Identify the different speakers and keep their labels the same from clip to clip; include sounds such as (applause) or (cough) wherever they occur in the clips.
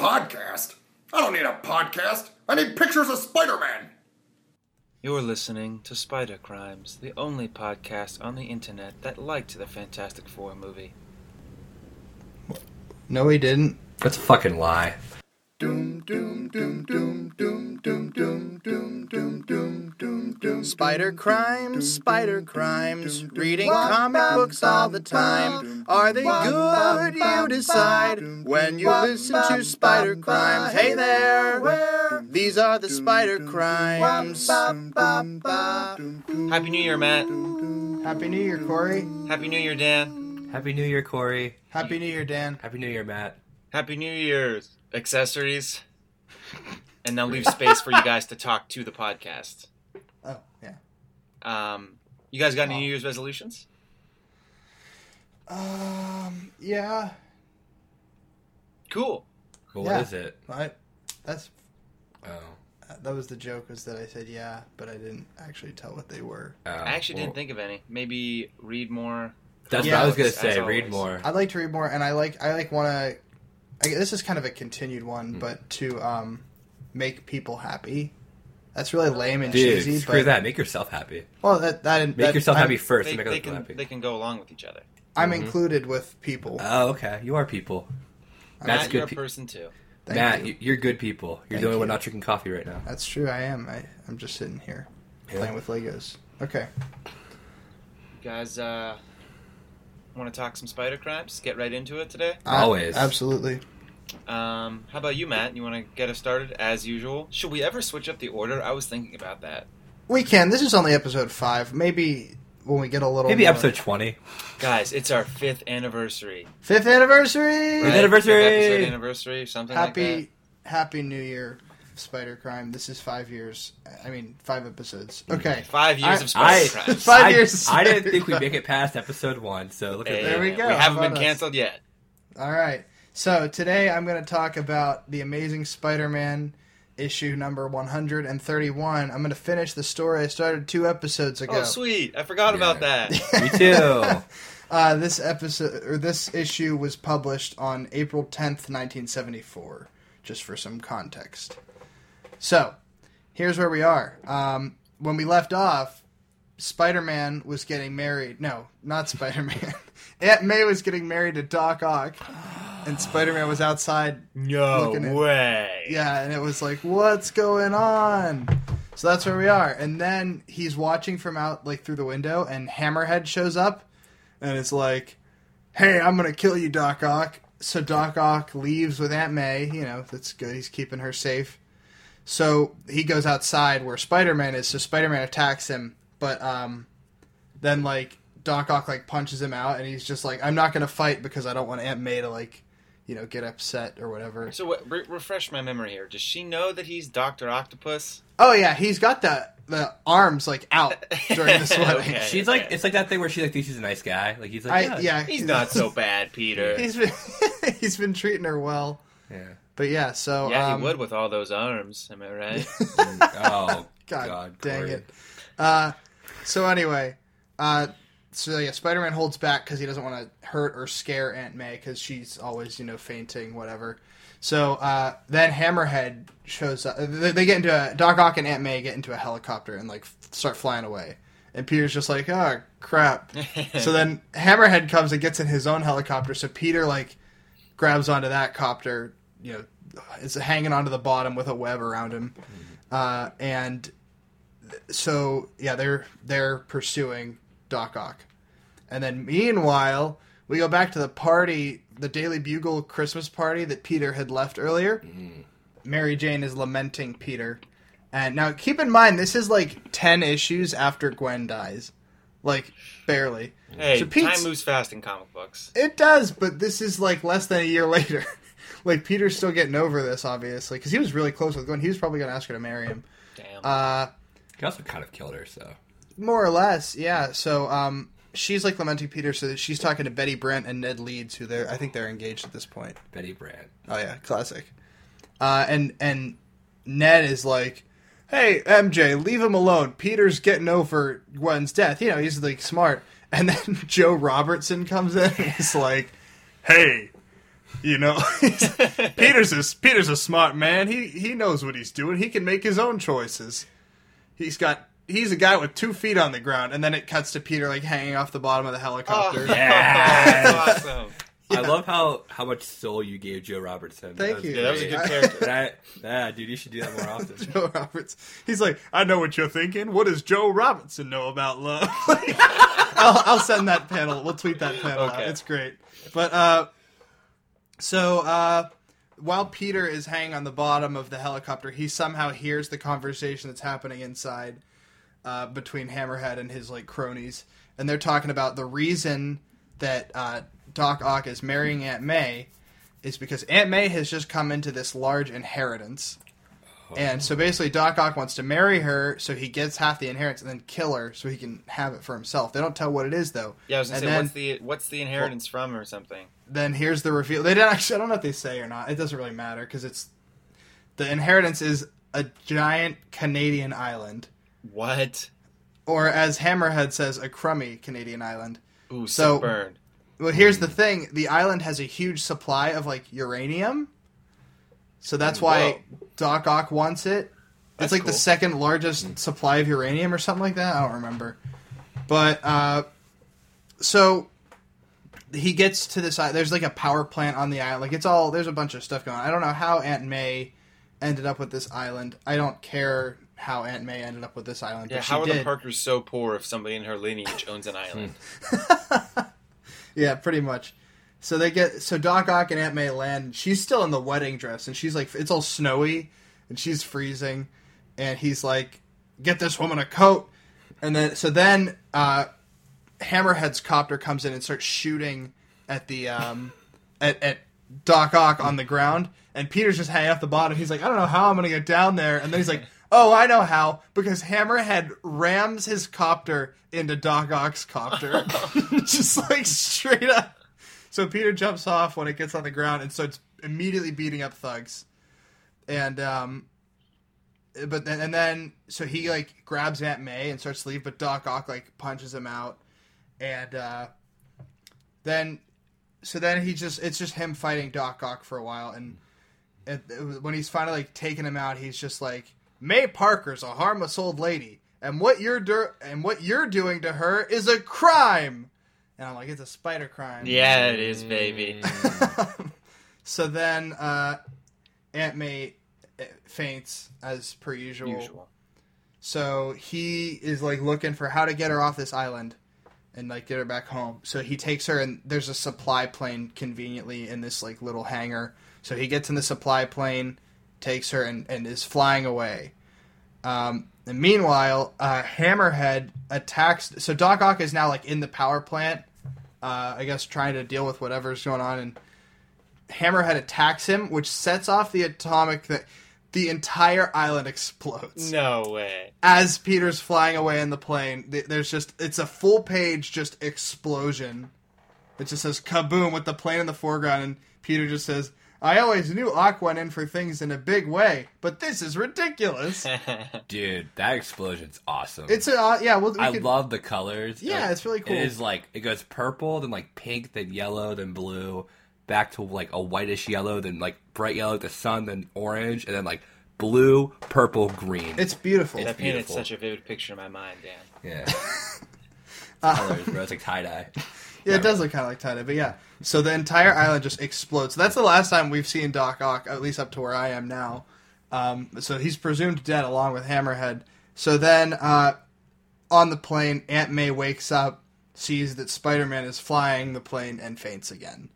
Speaker 1: Podcast? I don't need a podcast. I need pictures of Spider Man.
Speaker 2: You're listening to Spider Crimes, the only podcast on the internet that liked the Fantastic Four movie.
Speaker 3: No, he didn't.
Speaker 4: That's a fucking lie.
Speaker 1: Doom, doom, doom, doom, doom, doom, doom, doom, doom, doom, doom, doom.
Speaker 3: Spider crimes, spider crimes. Reading comic books all the time. Are they good? You decide when you listen to spider crimes. Hey there, these are the spider crimes.
Speaker 2: Happy New Year, Matt.
Speaker 3: Happy New Year, Corey.
Speaker 2: Happy New Year, Dan.
Speaker 4: Happy New Year, Corey.
Speaker 3: Happy New Year, Dan.
Speaker 4: Happy New Year, Matt.
Speaker 2: Happy New Year's accessories. And now leave space for you guys to talk to the podcast.
Speaker 3: Oh, yeah.
Speaker 2: Um, you guys got any New Year's resolutions?
Speaker 3: Um, yeah.
Speaker 2: Cool.
Speaker 4: Well, what
Speaker 3: Yeah.
Speaker 4: is it?
Speaker 3: I, that's
Speaker 4: Oh.
Speaker 3: that was the joke was that I said yeah, but I didn't actually tell what they were.
Speaker 4: Oh,
Speaker 2: I actually
Speaker 4: well,
Speaker 2: didn't think of any. Maybe read more.
Speaker 4: That's
Speaker 3: Yeah.
Speaker 4: what I was gonna
Speaker 2: As
Speaker 4: say. Read
Speaker 2: always.
Speaker 4: more.
Speaker 3: I'd like to read more, and I like I like want to. This is kind of a continued
Speaker 4: Hmm.
Speaker 3: one, but to um, make people happy. That's really lame and
Speaker 4: Dude,
Speaker 3: cheesy.
Speaker 4: screw
Speaker 3: but,
Speaker 4: that. Make yourself happy.
Speaker 3: Well, that that
Speaker 4: Make yourself
Speaker 3: I'm,
Speaker 4: happy Mm-hmm. first.
Speaker 2: They,
Speaker 4: and make
Speaker 2: they
Speaker 4: other people
Speaker 2: can
Speaker 4: happy.
Speaker 2: they can go along with each other.
Speaker 3: I'm included with people.
Speaker 4: Oh, okay. You are people. That's
Speaker 2: Matt, you're
Speaker 4: good.
Speaker 2: a
Speaker 4: pe-
Speaker 2: person too.
Speaker 3: Thank
Speaker 4: Matt,
Speaker 3: you.
Speaker 4: you. you're good people. You're
Speaker 3: Thank
Speaker 4: the only one
Speaker 3: you. Oh
Speaker 4: not drinking coffee right now.
Speaker 3: That's true. I am. I I'm just sitting here playing with Legos. Okay.
Speaker 2: You guys uh, want to talk some spider crimes? Get right into it today.
Speaker 3: I-
Speaker 4: Always.
Speaker 3: absolutely.
Speaker 2: Um, how about you, Matt? You want to get us started as usual? Should we ever switch up the order? I was thinking about that.
Speaker 3: We can. This is only episode five. Maybe when we get a little
Speaker 4: Maybe
Speaker 3: more-
Speaker 4: episode twenty.
Speaker 2: Guys, it's our fifth anniversary.
Speaker 3: fifth anniversary.
Speaker 2: right?
Speaker 4: anniversary!
Speaker 2: Fifth episode anniversary, something
Speaker 3: happy
Speaker 2: like
Speaker 3: happy new year spider crime this is five years i mean five episodes
Speaker 4: Mm-hmm.
Speaker 3: okay
Speaker 2: that. Five years of
Speaker 3: I-
Speaker 4: I,
Speaker 2: Spider Crimes.
Speaker 3: Five
Speaker 4: I,
Speaker 3: years.
Speaker 4: (laughs) I didn't think we'd make it past episode one. So look
Speaker 2: Hey,
Speaker 4: at that.
Speaker 3: There we go.
Speaker 2: We
Speaker 3: How
Speaker 2: haven't
Speaker 3: about
Speaker 2: been
Speaker 3: us?
Speaker 2: canceled yet.
Speaker 3: all right so today i'm going to talk about the amazing spider-man issue number 131 i'm going to finish the story i started two episodes ago
Speaker 2: Oh, sweet! I forgot about that.
Speaker 4: Me
Speaker 2: (laughs)
Speaker 4: too.
Speaker 3: uh, this episode or this issue was published on April 10th, 1974, just for some context. So, here's where we are. Um, when we left off, Spider-Man was getting married. No, not Spider-Man. (laughs) Aunt May was getting married to Doc Ock, and Spider-Man was outside
Speaker 2: No
Speaker 3: (laughs) Looking at-
Speaker 2: way.
Speaker 3: yeah, and it was like, what's going on? So that's where we are. And then he's watching from out, like through the window, and Hammerhead shows up, and it's like, hey, I'm gonna kill you, Doc Ock. So Doc Ock leaves with Aunt May. You know, that's good. He's keeping her safe. So he goes outside where Spider Man is. So Spider Man attacks him, but um, then like Doc Ock like punches him out, and he's just like, I'm not gonna fight because I don't want Aunt May to like, you know, get upset or whatever.
Speaker 2: So what, re- refresh my memory here. Does she know that he's Doctor Octopus?
Speaker 3: Oh yeah, he's got the the arms like out
Speaker 2: (laughs)
Speaker 3: during this
Speaker 2: Okay.
Speaker 3: wedding.
Speaker 4: She's like, it's like that thing where she like thinks he's a nice guy. Like he's like,
Speaker 3: I,
Speaker 4: yeah,
Speaker 3: yeah, (laughs)
Speaker 2: He's not so bad, Peter.
Speaker 3: He's been (laughs) he's been treating her well,
Speaker 4: yeah.
Speaker 3: but yeah. So
Speaker 2: yeah,
Speaker 3: um,
Speaker 2: he would with all those arms. Am I
Speaker 3: (laughs)
Speaker 2: right?
Speaker 4: Oh
Speaker 3: God,
Speaker 4: God,
Speaker 3: dang
Speaker 4: Corey.
Speaker 3: it. Uh, so anyway, uh, so yeah, Spider Man holds back because he doesn't want to hurt or scare Aunt May because she's always you know fainting whatever. So uh, then Hammerhead shows up. They, they get into a, Doc Ock and Aunt May get into a helicopter and like f- start flying away. And Peter's just like, oh crap. so then Hammerhead comes and gets in his own helicopter. So Peter like grabs onto that copter. You know, is hanging onto the bottom with a web around him. Uh, and so yeah, they're they're pursuing Doc Ock, and then meanwhile we go back to the party, the Daily Bugle Christmas party that Peter had left earlier.
Speaker 2: Mm-hmm.
Speaker 3: Mary Jane is lamenting Peter, and now keep in mind this is like ten issues after Gwen dies, like barely.
Speaker 2: Hey,
Speaker 3: So Pete's-
Speaker 2: time moves fast in comic books.
Speaker 3: It does, but this is like less than a year (laughs) later. like Peter's still getting over this, obviously, because he was really close with Gwen. He was probably going to ask her to marry him.
Speaker 2: Damn.
Speaker 3: Uh,
Speaker 4: He also kind of killed her. So
Speaker 3: More or less, yeah. So um, she's like lamenting Peter, so that she's talking to Betty Brant and Ned Leeds, who they're I think they're engaged at this point.
Speaker 4: Betty Brand.
Speaker 3: Oh yeah, classic. Uh, and and Ned is like, "Hey MJ, leave him alone. Peter's getting over Gwen's death. You know he's (laughs) like smart." And then Joe Robertson comes in and is like, "Hey, You know, (laughs) Peter's is Peter's a smart man. He he knows what he's doing. He can make his own choices. He's got he's a guy with two feet on the ground, and then it cuts to Peter like hanging off the bottom of the helicopter.
Speaker 2: Oh,
Speaker 4: Yeah.
Speaker 2: That's awesome.
Speaker 4: I love how how much soul you gave Joe Robertson.
Speaker 3: Thank you.
Speaker 2: Yeah, that was a good
Speaker 4: great.
Speaker 2: character.
Speaker 4: (laughs) That, yeah, dude, you should do that more often.
Speaker 3: (laughs) Joe Roberts. He's like, I know what you're thinking. What does Joe Robinson know about love? (laughs) Like, I'll, I'll send that panel. We'll tweet that panel. out.
Speaker 2: Okay.
Speaker 3: It's great. But uh, so uh, while Peter is hanging on the bottom of the helicopter, he somehow hears the conversation that's happening inside uh, between Hammerhead and his like cronies, and they're talking about the reason that uh, Doc Ock is marrying Aunt May is because Aunt May has just come into this large inheritance. And so basically, Doc Ock wants to marry her, so he gets half the inheritance and then kill her so he can have it for himself. They don't tell what it is though.
Speaker 2: Yeah, I was gonna say,
Speaker 3: and then,
Speaker 2: what's the what's the inheritance from or something?
Speaker 3: then here's the reveal. They don't actually. I don't know if they say or not. It doesn't really matter because it's the inheritance is a giant Canadian island,
Speaker 2: What?
Speaker 3: or as Hammerhead says, a crummy Canadian island.
Speaker 2: Ooh,
Speaker 3: So-
Speaker 2: so burn.
Speaker 3: Well, here's the thing: the island has a huge supply of like uranium, so that's why Doc Ock wants it. it's
Speaker 2: That's
Speaker 3: like the
Speaker 2: cool.
Speaker 3: second largest supply of uranium or something like that. I don't remember, but uh, so he gets to this. i- There's like a power plant on the island. Like it's all there's a bunch of stuff going. on. I don't know how Aunt May ended up with this island. I don't care how Aunt May ended up with this island.
Speaker 2: Yeah,
Speaker 3: but
Speaker 2: how
Speaker 3: she
Speaker 2: are
Speaker 3: did.
Speaker 2: the Parkers so poor if somebody in her lineage owns an island?
Speaker 3: Yeah, pretty much. So they get so Doc Ock and Aunt May land. and She's still in the wedding dress, and she's like, it's all snowy, and she's freezing, and he's like, get this woman a coat, and then so then uh, Hammerhead's copter comes in and starts shooting at the um, at, at Doc Ock on the ground, and Peter's just hanging off the bottom. He's like, I don't know how I'm gonna get down there, and then he's like. Oh, I know how because Hammerhead rams his copter into Doc Ock's copter, (laughs) just like straight up. So Peter jumps off when it gets on the ground and starts immediately beating up thugs, and um, but then and then so he like grabs Aunt May and starts to leave, but Doc Ock like punches him out, and uh, then so then he just it's just him fighting Doc Ock for a while, and at, when he's finally like taking him out, he's just like May Parker's a harmless old lady, and what you're dur- and what you're doing to her is a crime. And I'm like, it's a spider
Speaker 2: (laughs)
Speaker 3: crime.
Speaker 2: yeah, it is, baby.
Speaker 3: Mm. So then uh, Aunt May uh, faints as per
Speaker 2: Usual.
Speaker 3: so he is like looking for how to get her off this island and like get her back home. So he takes her and there's a supply plane conveniently in this like little hangar. So he gets in the supply plane, takes her and, and is flying away. Um, and meanwhile, uh, Hammerhead attacks. So Doc Ock is now like in the power plant, uh, I guess trying to deal with whatever's going on. And Hammerhead attacks him, which sets off the atomic that the entire island explodes
Speaker 2: No way.
Speaker 3: as Peter's flying away in the plane, th- there's just it's a full page just explosion. It just says kaboom with the plane in the foreground, and Peter just says, "I always knew Ock went in for things in a big way, but this is
Speaker 4: (laughs)
Speaker 3: ridiculous."
Speaker 4: (laughs) Dude, that explosion's awesome.
Speaker 3: it's a uh, yeah. Well, we
Speaker 4: I
Speaker 3: could,
Speaker 4: love the colors.
Speaker 3: Yeah,
Speaker 4: Like,
Speaker 3: it's really cool.
Speaker 4: It is like it goes purple, then like pink, then yellow, then blue, back to like a whitish yellow, then like bright yellow, the sun, then orange, and then like blue, purple, green.
Speaker 3: it's beautiful.
Speaker 4: It's-
Speaker 2: That painted
Speaker 4: beautiful.
Speaker 2: such a vivid picture in my mind, Dan.
Speaker 3: (laughs)
Speaker 4: yeah. colors, bro. It's like tie dye.
Speaker 3: yeah, it does look kind of like Tida, but yeah. So the entire island just explodes. So that's the last time we've seen Doc Ock, at least up to where I am now. Um, so he's presumed dead along with Hammerhead. So then uh, on the plane, Aunt May wakes up, sees that Spider Man is flying the plane, and faints again.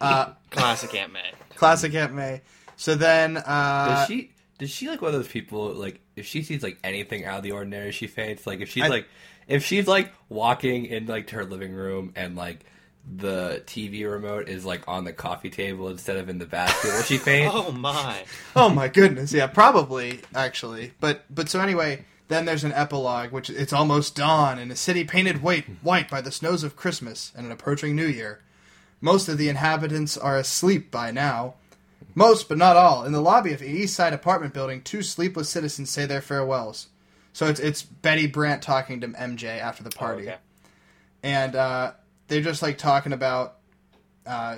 Speaker 2: Classic Aunt May.
Speaker 3: Classic Aunt May. So then.
Speaker 4: Does
Speaker 3: Uh,
Speaker 4: she? Does she like one of those people? Like, if she sees like anything out of the ordinary, she faints. Like, if she's
Speaker 3: I-
Speaker 4: like, if she's like walking in like to her living room and like the TV remote is like on the coffee table instead of in the basket, will
Speaker 3: (laughs)
Speaker 4: she faint?
Speaker 2: (laughs) Oh my.
Speaker 3: Oh my goodness, yeah, probably actually. But but so anyway, then there's an epilogue, which it's almost dawn in a city painted white white by the snows of Christmas and an approaching New Year. Most of the inhabitants are asleep by now. Most, but not all. In the lobby of an East Side apartment building, two sleepless citizens say their farewells. So it's it's Betty Brant talking to MJ after the party
Speaker 2: Oh, Okay.
Speaker 3: and uh, they're just like talking about uh,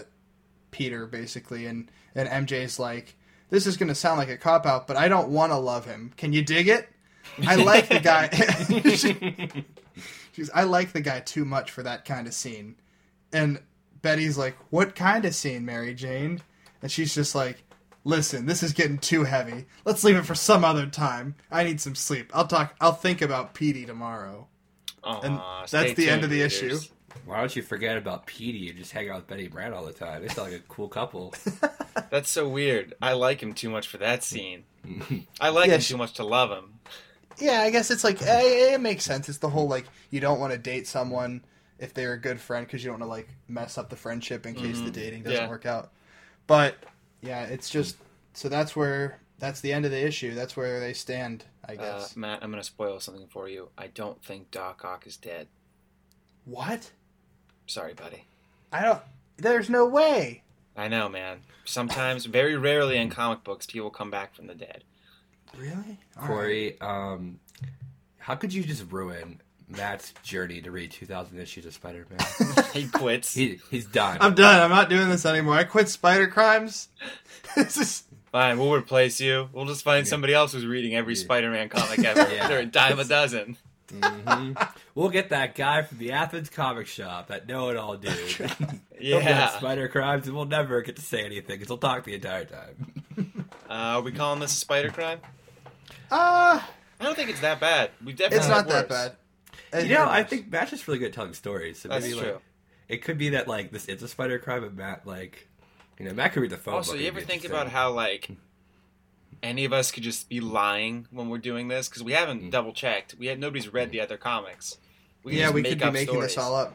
Speaker 3: Peter basically, and and MJ's like, this is gonna sound like a cop out, but I don't want to love him. Can you dig it? I like the guy. (laughs) She- She's, I like the guy too much for that kind of scene, and Betty's like, what kind of scene, Mary Jane? And she's just like. Listen, this is getting too heavy. Let's leave it for some other time. I need some sleep. I'll talk. I'll think about Petey tomorrow.
Speaker 2: Aw,
Speaker 3: that's
Speaker 2: stay
Speaker 3: the end
Speaker 2: tuned,
Speaker 3: of the
Speaker 2: readers.
Speaker 3: issue.
Speaker 4: Why don't you forget about Petey and just hang out with Betty and Brad all the time? They sound like a
Speaker 3: (laughs)
Speaker 4: cool couple.
Speaker 2: That's so weird. I like him too much for that (laughs) scene. I like
Speaker 3: Yeah,
Speaker 2: him
Speaker 3: she-
Speaker 2: too much to love him.
Speaker 3: Yeah, I guess it's like eh, it makes sense. It's the whole like you don't want to date someone if they're a good friend because you don't want to like mess up the friendship in case the dating doesn't
Speaker 2: Mm-hmm. Yeah.
Speaker 3: work out. But yeah, it's just so that's where that's the end of the issue. That's where they stand, I
Speaker 2: Uh,
Speaker 3: guess.
Speaker 2: Matt, I'm going to spoil something for you. I don't think Doc Ock is dead.
Speaker 3: what?
Speaker 2: Sorry, buddy.
Speaker 3: I don't. There's no way.
Speaker 2: I know, man. Sometimes, very rarely in comic books, people come back from the
Speaker 4: (laughs)
Speaker 2: dead.
Speaker 3: Really, All right.
Speaker 4: Corey, um, how could you just ruin Matt's journey to read 2,000 issues of Spider
Speaker 3: (laughs)
Speaker 4: Man?
Speaker 2: He quits.
Speaker 4: he, he's done.
Speaker 3: I'm done. I'm not doing this anymore. I quit Spider Crimes. (laughs) this is
Speaker 2: Fine, we'll replace you. We'll just find somebody else who's reading every Spider-Man comic ever.
Speaker 4: (laughs) Yeah.
Speaker 2: They're a dime a dozen.
Speaker 4: We'll get that guy from the Athens comic shop, that know it
Speaker 3: (laughs)
Speaker 4: all dude. He'll get
Speaker 2: Yeah.
Speaker 4: Spider crimes, and we'll never get to say anything because he'll talk the
Speaker 2: (laughs)
Speaker 4: entire time.
Speaker 2: Uh, are we calling this a spider crime?
Speaker 3: uh
Speaker 2: I don't think it's that bad. We definitely
Speaker 3: it's
Speaker 2: had
Speaker 3: not that
Speaker 2: worse.
Speaker 3: bad.
Speaker 4: You know, I think Matt's just really good at telling stories. So
Speaker 2: That's
Speaker 4: maybe,
Speaker 2: true.
Speaker 4: Like, it could be that like this is a spider crime, and Matt like, you know, Matt could read the phone.
Speaker 2: also,
Speaker 4: book
Speaker 2: you
Speaker 4: and
Speaker 2: ever
Speaker 4: be
Speaker 2: think
Speaker 4: interesting.
Speaker 2: about how like any of us could just be lying when we're doing this because we haven't
Speaker 4: Mm.
Speaker 2: double checked. We had nobody's read the other comics. We
Speaker 3: yeah,
Speaker 2: just
Speaker 3: we
Speaker 2: make
Speaker 3: could be
Speaker 2: up
Speaker 3: making this
Speaker 2: stories.
Speaker 3: all up.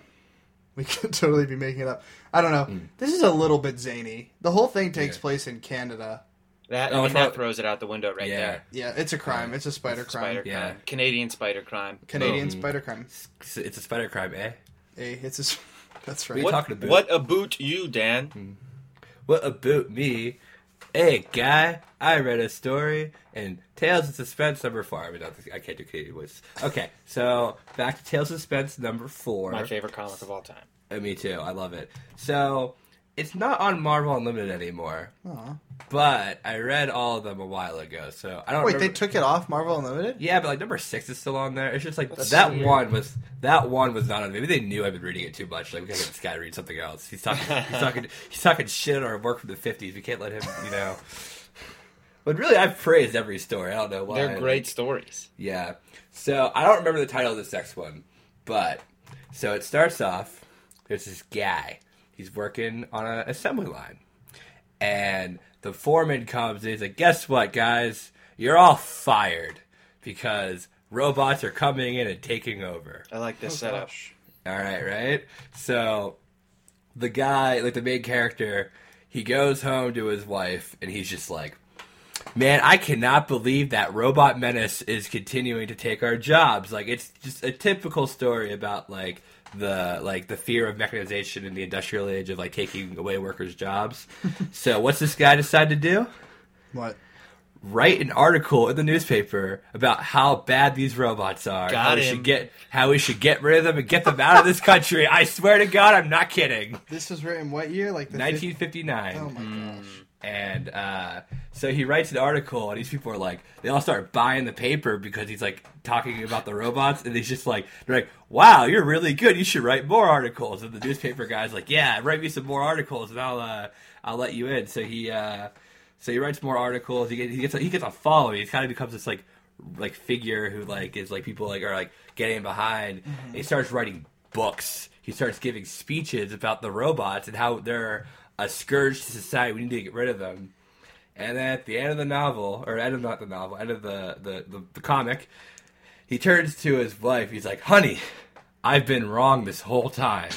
Speaker 3: We (laughs) could totally be making it up. I don't know. This is a little bit zany. The whole thing takes
Speaker 4: Yeah.
Speaker 3: place in Canada.
Speaker 2: That I
Speaker 4: Oh,
Speaker 2: mean,
Speaker 4: it's
Speaker 2: that
Speaker 4: not-
Speaker 2: throws it out the window right
Speaker 4: Yeah.
Speaker 2: there.
Speaker 3: Yeah, it's a crime. It's a spider crime.
Speaker 2: Spider Um,
Speaker 4: Yeah.
Speaker 2: crime, Canadian spider crime.
Speaker 3: Canadian
Speaker 4: Mm.
Speaker 3: spider crime.
Speaker 4: It's- it's a spider crime, eh?
Speaker 3: Hey, it's a. s- (laughs) That's
Speaker 4: We
Speaker 3: right.
Speaker 4: What?
Speaker 2: What,
Speaker 4: talking about?
Speaker 2: what a boot you, Dan.
Speaker 4: Mm. What about me? Hey, guy, I read a story in Tales of Suspense number four. I mean, not- I can't do Canadian voice. Okay, so back to Tales of Suspense number four.
Speaker 2: My favorite comic of all time.
Speaker 4: Uh, me too. I love it. So it's not on Marvel Unlimited anymore,
Speaker 3: Aw.
Speaker 4: but I read all of them a while ago. So I don't.
Speaker 3: Wait, they
Speaker 4: remember-
Speaker 3: took it off Marvel Unlimited?
Speaker 4: Yeah, but like number six is still on there. It's just like
Speaker 2: That's
Speaker 4: that
Speaker 2: so weird.
Speaker 4: one was that one was not on. Maybe they knew I've been reading it too much. Like we gotta get this guy to read something else. He's talking, he's talking, he's talking shit on our work from the fifties. We can't let him,
Speaker 3: (laughs)
Speaker 4: you know. But really, I've praised every story. I don't know why.
Speaker 2: They're great
Speaker 4: Like,
Speaker 2: stories.
Speaker 4: yeah. So I don't remember the title of this next one, but so it starts off. There's this guy. He's working on an assembly line, and the foreman comes and he's like, "Guess what, guys? You're all fired because robots are coming in and taking over."
Speaker 2: I like
Speaker 3: Oh,
Speaker 2: this setup.
Speaker 4: All right, right? So the guy, like the main character, he goes home to his wife and he's just like, Man, I cannot believe that robot menace is continuing to take our jobs. Like it's just a typical story about like the like the fear of mechanization in the industrial age of like taking away workers' jobs. so what's this guy decide to do?
Speaker 3: What?
Speaker 4: write an article in the newspaper about how bad these robots are.
Speaker 2: Got
Speaker 4: how we
Speaker 2: him.
Speaker 4: should get how we should get rid of them and get them out of this country. I swear to God, I'm not kidding.
Speaker 3: This was written what year? Like the 19.
Speaker 4: 1959.
Speaker 3: Oh my gosh.
Speaker 4: And uh, so he writes an article, and these people are like, they all start buying the paper because he's like talking about the robots, and he's just like, they're like, wow, you're really good. You should write more articles. And the newspaper guy's like, yeah, write me some more articles, and I'll uh, I'll let you in. So he uh, so he writes more articles. He gets he gets a, he gets a following. He kind of becomes this like like figure who like is like people like are like getting behind. And he starts writing books. He starts giving speeches about the robots and how they're a scourge to society. We need to get rid of them. And then at the end of the novel, or end of not the novel, end of the the, the, the comic, he turns to his wife. He's like, "Honey, I've been wrong this whole time.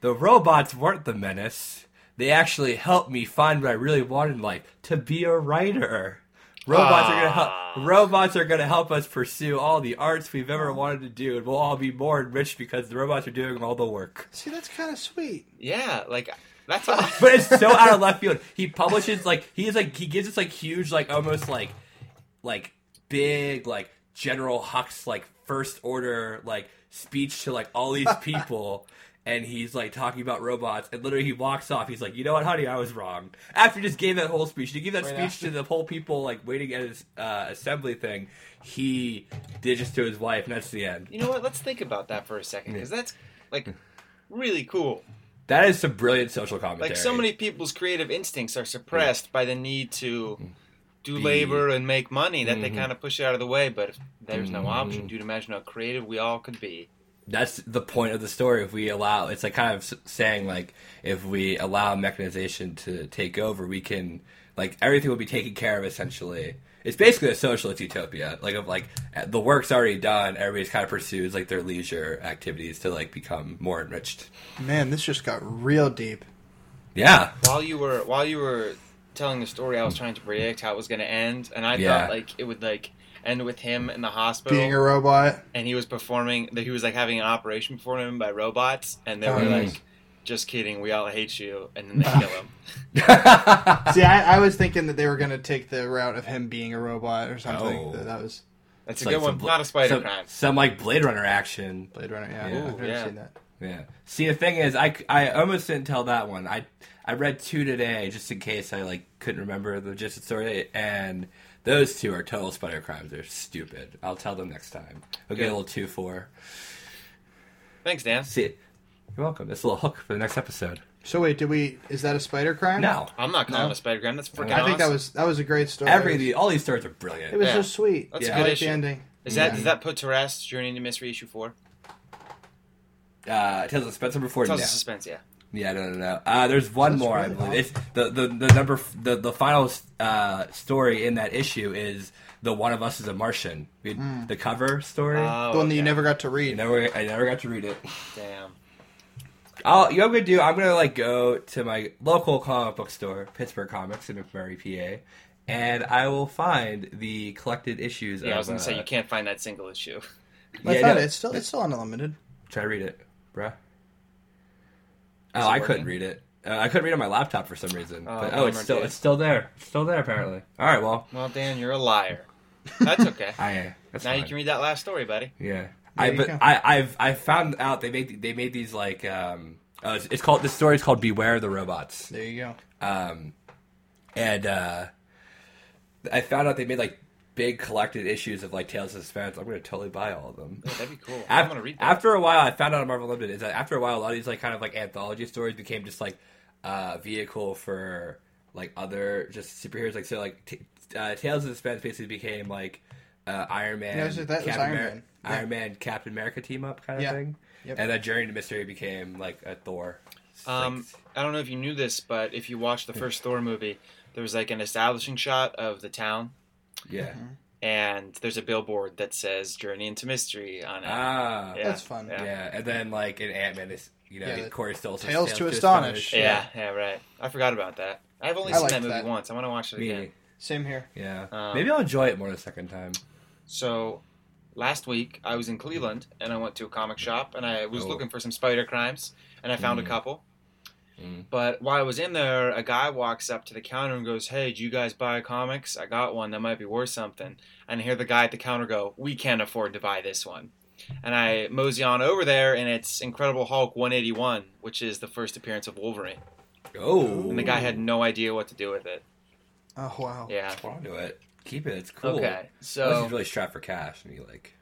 Speaker 4: The robots weren't the menace. They actually helped me find what I really wanted in life: to be a writer. Robots are gonna help. Robots are gonna help us pursue all the arts we've ever wanted to do, and we'll all be more enriched because the robots are doing all the work."
Speaker 3: See, that's kind of sweet.
Speaker 2: Yeah, like that's
Speaker 3: (laughs)
Speaker 2: all.
Speaker 4: but it's so out of left field. He publishes like he is like he gives this like huge like almost like like big like
Speaker 3: (laughs)
Speaker 4: General Hux like first order like speech to like all these people. and he's like talking about robots, and literally he walks off. He's like, "You know what, honey, I was wrong." After he just gave that whole speech, he gave that
Speaker 3: Right
Speaker 4: speech
Speaker 3: after.
Speaker 4: to the whole people like waiting at his uh, assembly thing. He did just to his wife, and that's the end.
Speaker 2: You know what? Let's think about that for a second because that's like really cool.
Speaker 4: That is some brilliant social commentary.
Speaker 2: Like so many people's creative instincts are suppressed by the need to do
Speaker 4: Mm-hmm. Be-
Speaker 2: labor and make money that they
Speaker 4: Mhm.
Speaker 2: kind of push it out of the way. But if there's no option,
Speaker 4: Mhm.
Speaker 2: dude, imagine how creative we all could be.
Speaker 4: that's the point of the story. If we allow, it's like kind of s- saying like if we allow mechanization to take over, we can like everything will be taken care of essentially. It's basically a socialist utopia, like of like eh, the work's already done. Everybody's kind of pursues like their leisure activities to like become more enriched.
Speaker 3: Man, this just got real deep.
Speaker 4: Yeah, (laughs)
Speaker 2: While you were while you were telling the story, I was trying to predict how it was going to end, and I
Speaker 4: Yeah.
Speaker 2: thought like it would like end with him in the hospital.
Speaker 3: Being a robot.
Speaker 2: and he was performing that he was like having an operation performed on him by robots and they were
Speaker 3: Oh,
Speaker 4: nice.
Speaker 2: like just kidding we all hate you and then they
Speaker 4: (laughs)
Speaker 2: kill him
Speaker 3: See, I, I was thinking that they were going to take the route of him being a robot or something.
Speaker 4: Oh.
Speaker 3: That, that was
Speaker 2: that's
Speaker 4: It's
Speaker 2: a
Speaker 4: like
Speaker 2: good one
Speaker 4: some-
Speaker 2: not a spider
Speaker 4: some,
Speaker 2: crime
Speaker 4: some like Blade Runner action.
Speaker 3: Blade Runner. Yeah,
Speaker 4: Yeah.
Speaker 3: I've never
Speaker 2: Yeah.
Speaker 3: seen that.
Speaker 4: Yeah. See, the thing is, I, I almost didn't tell that one. I I read two today just in case I like couldn't remember the gist of the story, and those two are total spider crimes. They're stupid. I'll tell them next time. We'll get a
Speaker 2: Good.
Speaker 4: little two four.
Speaker 2: thanks dan
Speaker 4: See, you're welcome. That's a little hook for the next episode.
Speaker 3: So wait, did we? Is that a spider crime?
Speaker 4: No,
Speaker 2: i'm not calling
Speaker 3: No.
Speaker 2: it a spider crime that's freaking
Speaker 3: I think that
Speaker 2: awesome.
Speaker 3: was that was a great story.
Speaker 4: every
Speaker 3: it was,
Speaker 4: the- all these stories are
Speaker 3: it
Speaker 4: brilliant.
Speaker 3: was
Speaker 2: Yeah.
Speaker 3: so sweet.
Speaker 2: That's
Speaker 4: a
Speaker 3: yeah.
Speaker 4: good
Speaker 3: I like
Speaker 2: issue.
Speaker 3: the ending.
Speaker 2: is that
Speaker 3: Yeah.
Speaker 2: does that put to rest journey into mystery issue four
Speaker 4: Uh, Tales of Suspense number four.
Speaker 2: tells
Speaker 4: no.
Speaker 2: us suspense yeah
Speaker 4: Yeah, no, no, no. Uh, there's one
Speaker 3: That's
Speaker 4: more,
Speaker 3: really
Speaker 4: I believe. It's the, the, the number f- the, the final uh, story in that issue is the one of us is a Martian. We-
Speaker 3: Hmm.
Speaker 4: The cover story.
Speaker 2: Oh,
Speaker 3: the one that you
Speaker 2: okay.
Speaker 3: never got to
Speaker 4: I
Speaker 3: read.
Speaker 4: never I never got to read it.
Speaker 2: damn
Speaker 4: I'll, you know what I'm gonna do? I'm gonna like go to my local comic book store, Pittsburgh Comics in McMurray, PA, and I will find the collected issues.
Speaker 2: yeah
Speaker 4: of,
Speaker 2: i was gonna
Speaker 4: uh,
Speaker 2: say you can't find that single issue (laughs)
Speaker 3: I
Speaker 4: yeah,
Speaker 3: found
Speaker 4: no.
Speaker 3: it. It's still it's still unlimited.
Speaker 4: Try to read it, bruh.
Speaker 2: Is
Speaker 4: Oh,
Speaker 2: it
Speaker 4: I couldn't
Speaker 2: working?
Speaker 4: read it. Uh, I couldn't read it on my laptop for some reason.
Speaker 2: Oh,
Speaker 4: but, oh it's
Speaker 2: bummer,
Speaker 4: still
Speaker 2: dude.
Speaker 4: it's still there. It's still there apparently. All right, well,
Speaker 2: well dan you're a liar that's okay
Speaker 4: (laughs) I uh, that's
Speaker 2: now you
Speaker 4: fine.
Speaker 2: can read that last story buddy
Speaker 4: Yeah, I
Speaker 3: you
Speaker 4: but
Speaker 3: go.
Speaker 4: I I've I found out they made they made these like um uh, it's, it's called this story's called Beware the Robots
Speaker 3: There you go.
Speaker 4: um and uh I found out they made like big collected issues of like Tales of Suspense. I'm gonna totally buy all of them.
Speaker 2: Yeah, that'd be cool
Speaker 4: Af-
Speaker 2: (laughs) i'm gonna read that
Speaker 4: after a while, I found out on Marvel Limited is that after a while, a lot of these like kind of like anthology stories became just like a vehicle for like other just superheroes. Like so, like t- uh, Tales of Suspense basically became like uh, Iron Man,
Speaker 3: Yeah, I was like, that was
Speaker 4: Captain
Speaker 3: Iron
Speaker 4: Ameri-
Speaker 3: Man.
Speaker 4: Iron Man, Captain America team up kind of
Speaker 3: Yeah.
Speaker 4: thing.
Speaker 3: Yep.
Speaker 4: And that Journey to Mystery became like a Thor. It's
Speaker 2: Um, I don't know if you knew this, but if you watched the first Thor movie, there was like an establishing shot of the town,
Speaker 4: like, yeah.
Speaker 3: Mm-hmm.
Speaker 2: and there's a billboard that says "Journey into Mystery" on it.
Speaker 4: Ah.
Speaker 2: Yeah,
Speaker 3: That's fun.
Speaker 2: Yeah.
Speaker 4: Yeah.
Speaker 2: yeah.
Speaker 4: and then like in Ant Man, you know,
Speaker 3: Yeah,
Speaker 4: Corey Stoll says,
Speaker 3: Tales to Astonish."
Speaker 2: Yeah, right. I forgot about that. I've only
Speaker 3: I
Speaker 2: seen
Speaker 3: liked
Speaker 2: that movie
Speaker 3: that.
Speaker 2: once. I want to watch it
Speaker 4: Me,
Speaker 2: again.
Speaker 3: Same here.
Speaker 4: yeah.
Speaker 2: Um,
Speaker 4: Maybe I'll enjoy it more the second time.
Speaker 2: So, last week I was in Cleveland and I went to a comic shop and I was
Speaker 4: Oh.
Speaker 2: looking for some spider crimes and I found
Speaker 4: Mm.
Speaker 2: a couple.
Speaker 4: Mm.
Speaker 2: But while I was in there, a guy walks up to the counter and goes, "Hey, do you guys buy comics? I got one that might be worth something." And I hear the guy at the counter go, "We can't afford to buy this one." And I mosey on over there, and it's Incredible Hulk 181, which is the first appearance of Wolverine.
Speaker 4: Oh,
Speaker 2: And the guy had no idea what to do with it.
Speaker 3: Oh wow.
Speaker 2: Yeah.
Speaker 4: I'll do it. Keep it. It's cool.
Speaker 2: Okay.
Speaker 4: Unless
Speaker 2: So
Speaker 4: he's really strapped for cash, and you like.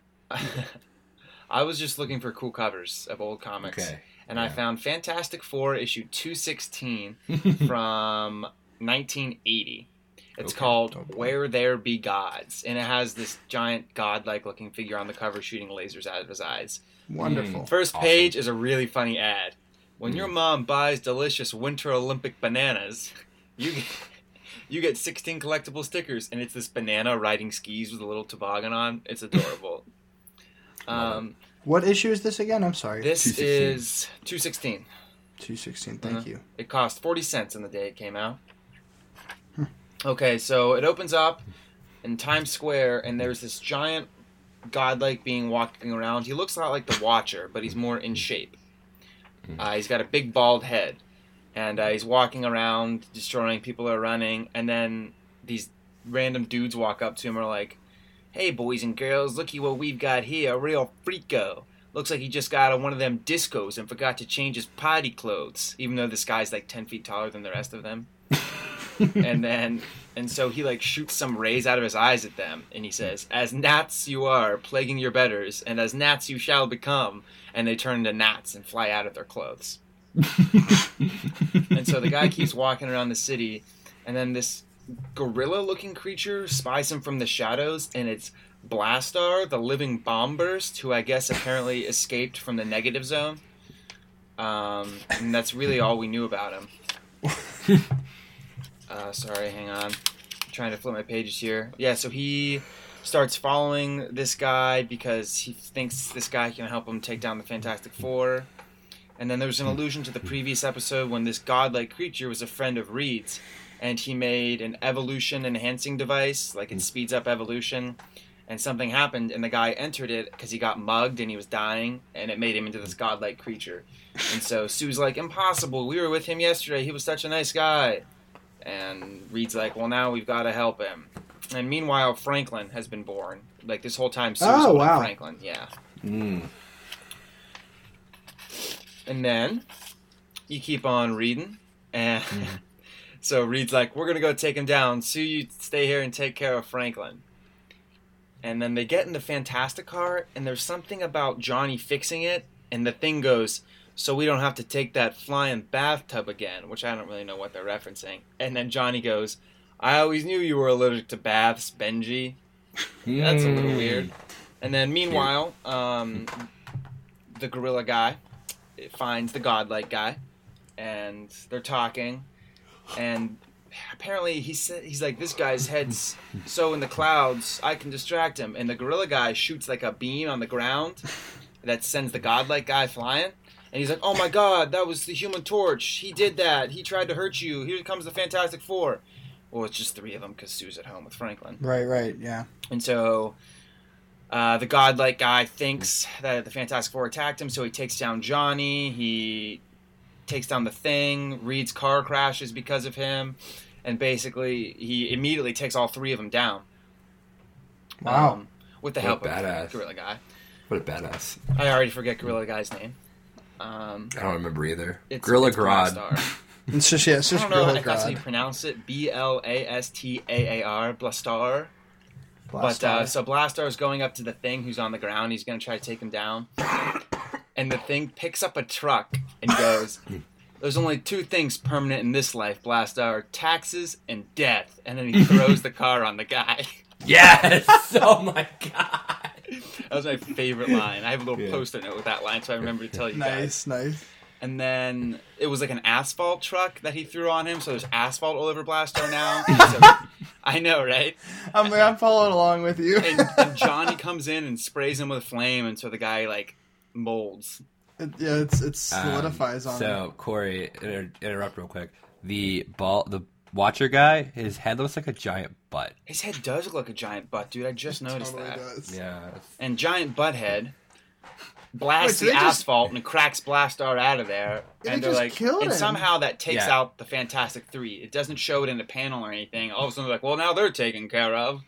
Speaker 2: I was just looking for cool covers of old comics.
Speaker 4: Okay.
Speaker 2: and I
Speaker 4: Yeah.
Speaker 2: found Fantastic Four issue
Speaker 4: (laughs)
Speaker 2: 216 from 1980. It's
Speaker 4: Okay.
Speaker 2: called
Speaker 4: Okay.
Speaker 2: Where There Be Gods, and it has this giant godlike looking figure on the cover shooting lasers out of his eyes.
Speaker 3: Wonderful.
Speaker 2: First
Speaker 4: Awesome. Hmm.
Speaker 2: page is a really funny ad. When your mom buys delicious Winter Olympic bananas, you get, you get 16 collectible stickers, and it's this banana riding skis with a little toboggan on. It's adorable.
Speaker 4: (laughs) Love
Speaker 2: um,
Speaker 3: What issue is this again? I'm sorry.
Speaker 2: this
Speaker 4: 216.
Speaker 2: is 216.
Speaker 3: two sixteen. Thank you.
Speaker 2: It cost 40 cents on the day it came out. Okay, so it opens up in Times Square, and there's this giant godlike being walking around. He looks a lot like the Watcher, but he's more in shape. Uh, he's got a big bald head, and uh, he's walking around, destroying people who are running, and then these random dudes walk up to him and are like, Hey, boys and girls, looky what we've got here, a real freako. Looks like he just got out of one of them discos and forgot to change his potty clothes, even though this guy's like ten feet taller than the rest of them. and then, and so he like shoots some rays out of his eyes at them, and he says, "As gnats you are, plaguing your betters, and as gnats you shall become." And they turn into gnats and fly out of their clothes. and so the guy keeps walking around the city, and then this gorilla-looking creature spies him from the shadows, and it's Blastar, the living bombburst, who I guess apparently escaped from the negative zone. Um, and that's really all we knew about him. Uh, sorry, hang on. I'm trying to flip my pages here. Yeah, so he starts following this guy because he thinks this guy can help him take down the Fantastic Four. And then there
Speaker 3: Hmm.
Speaker 2: was an allusion to the previous episode when this godlike creature was a friend of Reed's, and he made an evolution enhancing device, like
Speaker 3: Hmm.
Speaker 2: it speeds up evolution. And something happened, and the guy entered it because he got mugged and he was dying, and it made him into this
Speaker 3: Hmm.
Speaker 2: godlike creature. And so Sue's like, "Impossible! We were with him yesterday. He was such a nice guy." And Reed's like, "Well, now we've got to help him." And meanwhile, Franklin has been born. Like this whole time, Sue's
Speaker 3: Oh,
Speaker 2: holding
Speaker 3: wow.
Speaker 2: Franklin. Yeah. And then you keep on reading, and (laughs) so Reed's like, "We're gonna go take him down. Sue, you stay here and take care of Franklin." And then they get in the Fantastic car, and there's something about Johnny fixing it, and the thing goes, "So we don't have to take that flying bathtub again," which I don't really know what they're referencing. And then Johnny goes, "I always knew you were allergic to baths, Benji." That's a
Speaker 4: Mm-hmm.
Speaker 2: little weird. And then meanwhile, um, the gorilla guy finds the godlike guy, and they're talking, and apparently he said he's like this guy's head's so in the clouds I can distract him, and the gorilla guy shoots like a beam on the ground that sends the godlike guy flying. And he's like, "Oh my God, that was the Human Torch. He did that. He tried to hurt you. Here comes the Fantastic Four. Well, it's just three of them because Sue's at home with Franklin.
Speaker 3: Right, right, yeah.
Speaker 2: And so uh, the godlike guy thinks that the Fantastic Four attacked him, so he takes down Johnny. He takes down the thing. Reed's car crashes because of him. And basically, he immediately takes all three of them down.
Speaker 3: Wow.
Speaker 2: um, with the
Speaker 4: What a
Speaker 2: help
Speaker 4: badass.
Speaker 2: of Gorilla Guy.
Speaker 4: What a badass.
Speaker 2: I already forget Gorilla Guy's name. Um,
Speaker 4: I don't remember either.
Speaker 2: it's,
Speaker 4: Gorilla
Speaker 2: it's
Speaker 4: Grodd.
Speaker 2: Blastar.
Speaker 3: It's just yeah, it's
Speaker 2: I
Speaker 3: just
Speaker 2: don't know
Speaker 3: really
Speaker 2: if that's how you
Speaker 3: good.
Speaker 2: pronounce it. B L A S T A A R, Blastar. But uh, so Blastar is going up to the thing who's on the ground. He's going to try to take him down. And the thing picks up a truck and goes, There's only two things permanent in this life, Blastar taxes and death. And then he throws the car on the guy. (laughs)
Speaker 4: Yes! (laughs) oh my god.
Speaker 2: That was my favorite line. I have a little
Speaker 4: Yeah.
Speaker 2: post-it note with that line, so I remember to tell you guys. (laughs)
Speaker 3: nice, nice.
Speaker 2: And then it was like an asphalt truck that he threw on him, so there's asphalt all over Blastar now. So- I know, right?
Speaker 3: I'm, I'm following along with you.
Speaker 2: And, and Johnny comes in and sprays him with flame, and so the guy like molds.
Speaker 3: (laughs) It- yeah, it's it
Speaker 4: Um,
Speaker 3: (laughs) solidifies on.
Speaker 4: So Corey, inter- interrupt real quick. The ball, the watcher guy, his head looks like a giant butt.
Speaker 2: His head does look like a giant butt, dude. I
Speaker 3: (laughs)
Speaker 2: just
Speaker 3: it.
Speaker 2: noticed
Speaker 3: Totally
Speaker 2: that.
Speaker 3: does.
Speaker 4: Yeah.
Speaker 2: And giant butt head blasts
Speaker 3: Wait, did
Speaker 2: the
Speaker 3: they just-
Speaker 2: asphalt and cracks Blastar out of there.
Speaker 3: They
Speaker 2: and they're
Speaker 3: just
Speaker 2: like,
Speaker 3: killed
Speaker 2: and
Speaker 3: him.
Speaker 2: somehow that takes
Speaker 4: Yeah.
Speaker 2: out the Fantastic Three. It doesn't show it in the panel or anything. All of a sudden, they're like, well, now they're taken care of.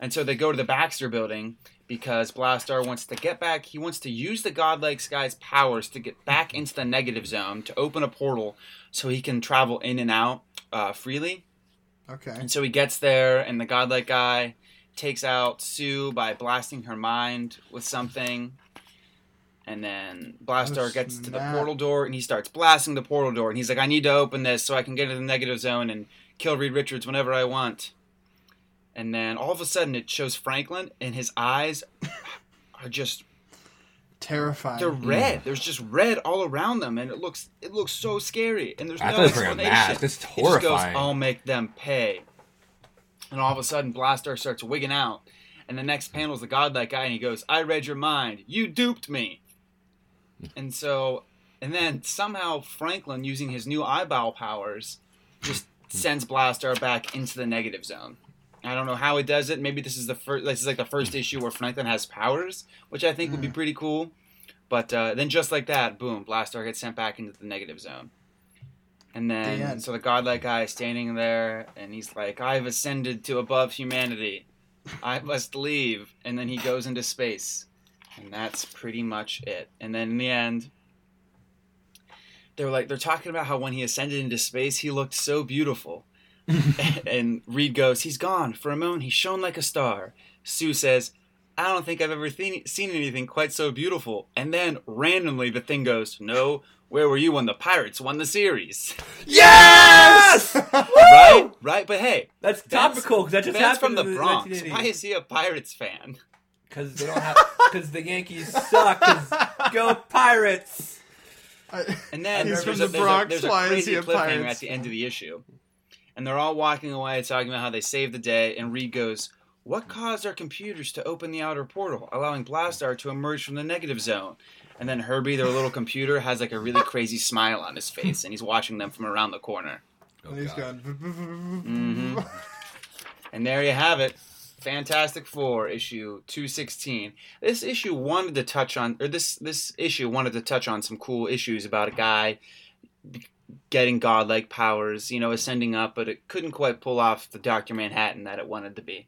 Speaker 2: And so they go to the Baxter building because Blastar wants to get back. He wants to use the godlike guy's powers to get back into the negative zone to open a portal so he can travel in and out uh, freely.
Speaker 3: Okay.
Speaker 2: And so he gets there, and the godlike guy takes out Sue by blasting her mind with something. And then Blastar
Speaker 3: Oh,
Speaker 2: gets to the
Speaker 3: snap.
Speaker 2: portal door, and he starts blasting the portal door. And he's like, "I need to open this so I can get into the negative zone and kill Reed Richards whenever I want." And then all of a sudden, it shows Franklin, and his eyes are just
Speaker 3: Terrifying.
Speaker 2: they're
Speaker 3: (laughs)
Speaker 4: Mm.
Speaker 2: red. There's just red all around them, and it looks it looks so scary. And there's
Speaker 4: I
Speaker 2: no
Speaker 4: thought it was wearing a
Speaker 2: explanation.
Speaker 4: mask. That's
Speaker 2: It just goes,
Speaker 4: horrifying.
Speaker 2: I'll make them pay. And all of a sudden, Blaster starts wigging out. And the next panel's the godlike guy, and he goes, "I read your mind. You duped me." And so, and then somehow Franklin, using his new eyeball powers, just
Speaker 4: Hmm.
Speaker 2: sends Blaster back into the negative zone. I don't know how he does it. Maybe this is the first. This is like the first issue where Franklin has powers, which I think would be
Speaker 3: Mm.
Speaker 2: pretty cool. But uh, then, just like that, boom, Blaster gets sent back into the negative zone. And then,
Speaker 3: The end.
Speaker 2: so the godlike guy is standing there, and he's like, "I've ascended to above humanity. I must leave." And then he goes into space, and that's pretty much it. And then in the end, they're like they're talking about how when he ascended into space, he looked so beautiful. and Reed goes, "He's gone for a moment. He shone like a star." Sue says, "I don't think I've ever seen seen anything quite so beautiful." And then randomly, the thing goes, "No, where were you when the Pirates won the series?"
Speaker 4: Yes!
Speaker 2: (laughs) right, right. But hey,
Speaker 4: That's
Speaker 2: Ben's-
Speaker 4: topical because that just
Speaker 2: Ben's
Speaker 4: happened
Speaker 2: from the
Speaker 4: in
Speaker 2: Bronx. Why is he a Pirates fan?
Speaker 4: Because they don't have. Because the
Speaker 2: (laughs)
Speaker 4: Yankees suck. 'cause go Pirates!
Speaker 3: I-
Speaker 2: And then
Speaker 3: He's
Speaker 2: there's,
Speaker 3: from
Speaker 2: a,
Speaker 3: the
Speaker 2: there's a-
Speaker 3: Bronx,
Speaker 2: there's a
Speaker 3: why is
Speaker 2: crazy
Speaker 3: he a
Speaker 2: cliffhanger
Speaker 3: pirate?
Speaker 2: at the end of the issue. And they're all walking away talking about how they saved the day, and Reed goes, What caused our computers to open the outer portal, allowing Blastar to emerge from the negative zone? And then Herbie, their little computer, has like a really crazy smile on his face, and he's watching them from around the corner.
Speaker 4: Oh,
Speaker 3: he's
Speaker 4: God.
Speaker 3: gone. (laughs)
Speaker 2: And there you have it. Fantastic Four issue 216. This issue wanted to touch on or this this issue wanted to touch on some cool issues about a guy b- getting godlike powers, you know, ascending up, but it couldn't quite pull off the Dr. Manhattan that it wanted to be.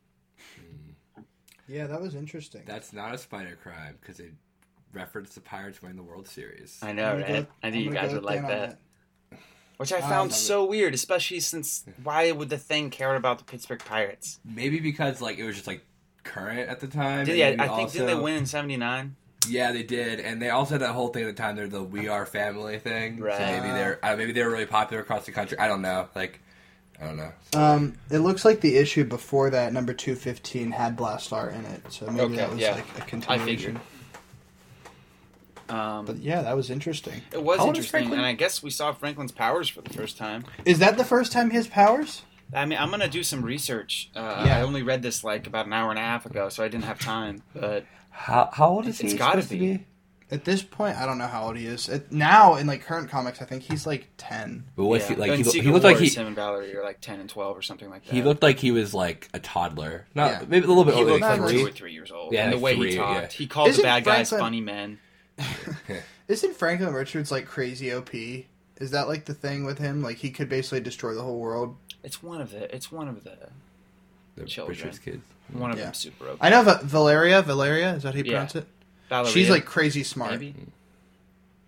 Speaker 3: Yeah, that was interesting.
Speaker 4: That's not a spider crime because they referenced the Pirates winning the World Series.
Speaker 2: I know,
Speaker 3: I'm gonna
Speaker 2: right?
Speaker 3: go-
Speaker 2: I
Speaker 3: I'm
Speaker 2: think you
Speaker 3: gonna
Speaker 2: guys
Speaker 3: go
Speaker 2: would
Speaker 3: with Dan
Speaker 2: like
Speaker 3: on
Speaker 2: that. Which I
Speaker 3: Um,
Speaker 2: found
Speaker 3: I
Speaker 2: so weird, especially since why would the thing care about the Pittsburgh Pirates?
Speaker 4: Maybe because like it was just like current at the time.
Speaker 2: Did
Speaker 4: and
Speaker 2: yeah,
Speaker 4: maybe
Speaker 2: I think didn't they
Speaker 4: also-
Speaker 2: win in 79?
Speaker 4: Yeah, they did, and they also had that whole thing at the time. They're the "We Are Family" thing.
Speaker 2: Right.
Speaker 4: So maybe they're uh, maybe they were really popular across the country. I don't know. Like, I don't know.
Speaker 3: Um, it looks like the issue before that, number 215, had Blastar in it. So maybe
Speaker 2: Okay,
Speaker 3: that was
Speaker 2: yeah.
Speaker 3: like a
Speaker 2: I
Speaker 3: continuation.
Speaker 2: figured. Um,
Speaker 3: But yeah, that was interesting.
Speaker 2: It was
Speaker 4: How old is
Speaker 2: interesting,
Speaker 4: Franklin?
Speaker 2: and I guess we saw Franklin's powers for the first time.
Speaker 3: Is that the first time he has powers?
Speaker 2: I mean, I'm gonna do some research. Uh, I
Speaker 3: Yeah.
Speaker 2: only read this like about an hour and a half ago, so I didn't have time. But
Speaker 4: How how old is
Speaker 2: It's
Speaker 4: he?
Speaker 2: gotta
Speaker 4: supposed to
Speaker 2: be.
Speaker 3: At this point, I don't know how old he is. At, now, in like current comics, I think he's like 10.
Speaker 4: But what's
Speaker 2: yeah.
Speaker 4: he like?
Speaker 2: In
Speaker 4: He, lo- he
Speaker 2: Secret
Speaker 4: looked like
Speaker 2: Wars,
Speaker 4: he
Speaker 2: him and Valerie are like ten and twelve or something like that.
Speaker 4: he looked like he was like a toddler. Not
Speaker 3: Yeah.
Speaker 4: maybe a little bit
Speaker 2: He
Speaker 4: older,
Speaker 2: looked
Speaker 4: like
Speaker 2: like two
Speaker 4: three.
Speaker 2: or three years old.
Speaker 4: Yeah,
Speaker 2: and the
Speaker 4: like
Speaker 2: way
Speaker 4: three,
Speaker 2: he talked,
Speaker 4: yeah.
Speaker 2: he called the
Speaker 3: Isn't
Speaker 2: bad guys
Speaker 3: Franklin-
Speaker 2: funny men.
Speaker 3: Isn't Franklin Richards like crazy OP? Is that like the thing with him? Like he could basically destroy the whole world.
Speaker 2: It's one of the. It's one of the.
Speaker 4: The
Speaker 2: Children.
Speaker 4: Richards kids.
Speaker 2: One of
Speaker 3: Yeah.
Speaker 2: them super open.
Speaker 3: I know Va- Valeria. Valeria is that how you
Speaker 2: Yeah.
Speaker 3: pronounce it?
Speaker 2: Valeria,
Speaker 3: She's like crazy smart.
Speaker 2: maybe.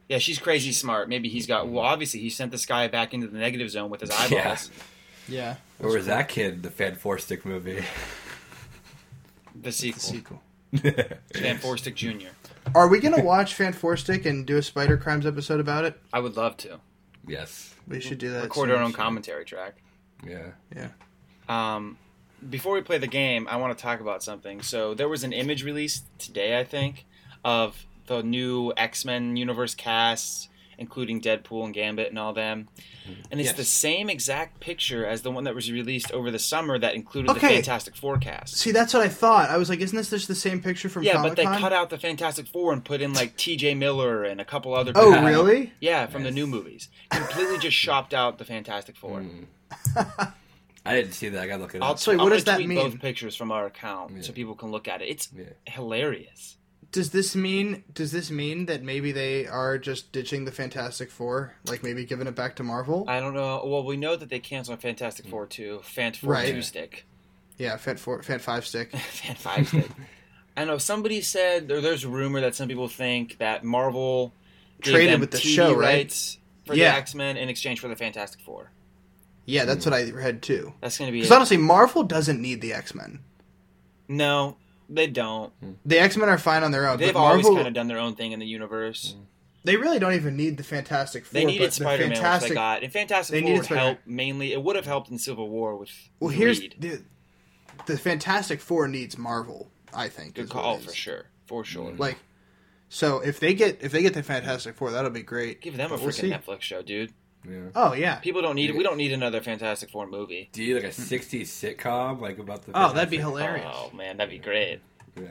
Speaker 2: Yeah, she's crazy smart. Maybe he's got. Well, obviously, he sent this guy back into the negative zone with his eyeballs.
Speaker 4: Yeah.
Speaker 3: Yeah.
Speaker 4: Or was that kid the Fan Four Stick movie? (laughs)
Speaker 2: The
Speaker 3: The
Speaker 2: sequel,
Speaker 3: sequel.
Speaker 2: Van Forstick Jr.
Speaker 3: Are we gonna watch Fan Stick and do a Spider Crimes episode about it?
Speaker 2: I would love to
Speaker 4: yes.
Speaker 3: We should do that.
Speaker 2: record
Speaker 3: soon.
Speaker 2: our own commentary track.
Speaker 4: Yeah.
Speaker 3: Yeah.
Speaker 2: Um, before we play the game, I want to talk about something. So there was an image released today, I think, of the new X Men universe cast, including Deadpool and Gambit and all them.
Speaker 3: Mm-hmm.
Speaker 2: And it's
Speaker 4: Yes.
Speaker 2: the same exact picture as the one that was released over the summer that included the
Speaker 3: Okay.
Speaker 2: Fantastic Four cast.
Speaker 3: See, that's what I thought. I was like, isn't this just the same picture from
Speaker 2: Yeah,
Speaker 3: Comic
Speaker 2: but they
Speaker 3: Con?
Speaker 2: cut out the Fantastic Four and put in like T.J. Miller and a couple other.
Speaker 3: Oh,
Speaker 2: people.
Speaker 3: really?
Speaker 2: Yeah, from the
Speaker 4: Nice.
Speaker 2: new movies. Completely
Speaker 3: (laughs)
Speaker 2: just shopped out the Fantastic Four.
Speaker 3: Mm.
Speaker 4: I didn't see that. I gotta look it
Speaker 2: I'll
Speaker 4: up.
Speaker 3: So wait,
Speaker 2: I'm
Speaker 3: what
Speaker 2: gonna
Speaker 3: does that
Speaker 2: tweet
Speaker 3: mean?
Speaker 2: Both pictures from our account so
Speaker 4: Yeah.
Speaker 2: people can look at it. It's
Speaker 4: Yeah.
Speaker 2: hilarious.
Speaker 3: Does this mean? Does this mean that maybe they are just ditching the Fantastic Four? Like maybe giving it back to Marvel?
Speaker 2: I don't know. Well, we know that they canceled Fantastic
Speaker 4: Mm.
Speaker 2: Four two, Fant Four
Speaker 3: Right.
Speaker 2: two stick, (laughs)
Speaker 3: yeah, Fan Four, Fan Five Stick.
Speaker 2: Fant five
Speaker 4: (laughs)
Speaker 2: stick. I know somebody said or there's a rumor that some people think that Marvel gave
Speaker 3: Traded
Speaker 2: them
Speaker 3: with the
Speaker 2: TV
Speaker 3: show, right?
Speaker 2: rights for
Speaker 3: Yeah.
Speaker 2: the X Men in exchange for the Fantastic Four.
Speaker 3: Yeah, that's what I read too.
Speaker 2: That's gonna be
Speaker 3: Because
Speaker 2: it.
Speaker 3: honestly, Marvel doesn't need the X Men.
Speaker 2: no. They don't.
Speaker 4: Mm.
Speaker 3: The X Men are fine on their own.
Speaker 2: They've
Speaker 3: but
Speaker 2: always
Speaker 3: Marvel,
Speaker 2: kind of done their own thing in the universe.
Speaker 4: Mm.
Speaker 3: they really don't even need the Fantastic Four.
Speaker 2: They needed
Speaker 3: but
Speaker 2: Spider
Speaker 3: the
Speaker 2: Man, which
Speaker 3: Fantastic.
Speaker 2: they got. And Fantastic
Speaker 3: they
Speaker 2: Four
Speaker 3: needed
Speaker 2: would
Speaker 3: Spider-Man.
Speaker 2: help mainly. It would have helped in Civil War with.
Speaker 3: Well, here's
Speaker 2: Reed.
Speaker 3: the, the Fantastic Four needs Marvel. I think.
Speaker 2: Good
Speaker 3: is what it
Speaker 2: call
Speaker 3: is.
Speaker 2: for sure, for sure.
Speaker 3: Like, so if they get if they get the Fantastic Four, that'll be great.
Speaker 2: Give them a
Speaker 3: But we'll
Speaker 2: freaking
Speaker 3: see.
Speaker 2: Netflix show, dude.
Speaker 4: Yeah.
Speaker 3: Oh yeah.
Speaker 2: People don't need. We don't need another Fantastic Four movie.
Speaker 4: Do you like a '60s sitcom like about the?
Speaker 3: Oh, that'd be
Speaker 4: Fantastic-
Speaker 3: hilarious.
Speaker 2: Oh man, that'd be great.
Speaker 4: Yeah.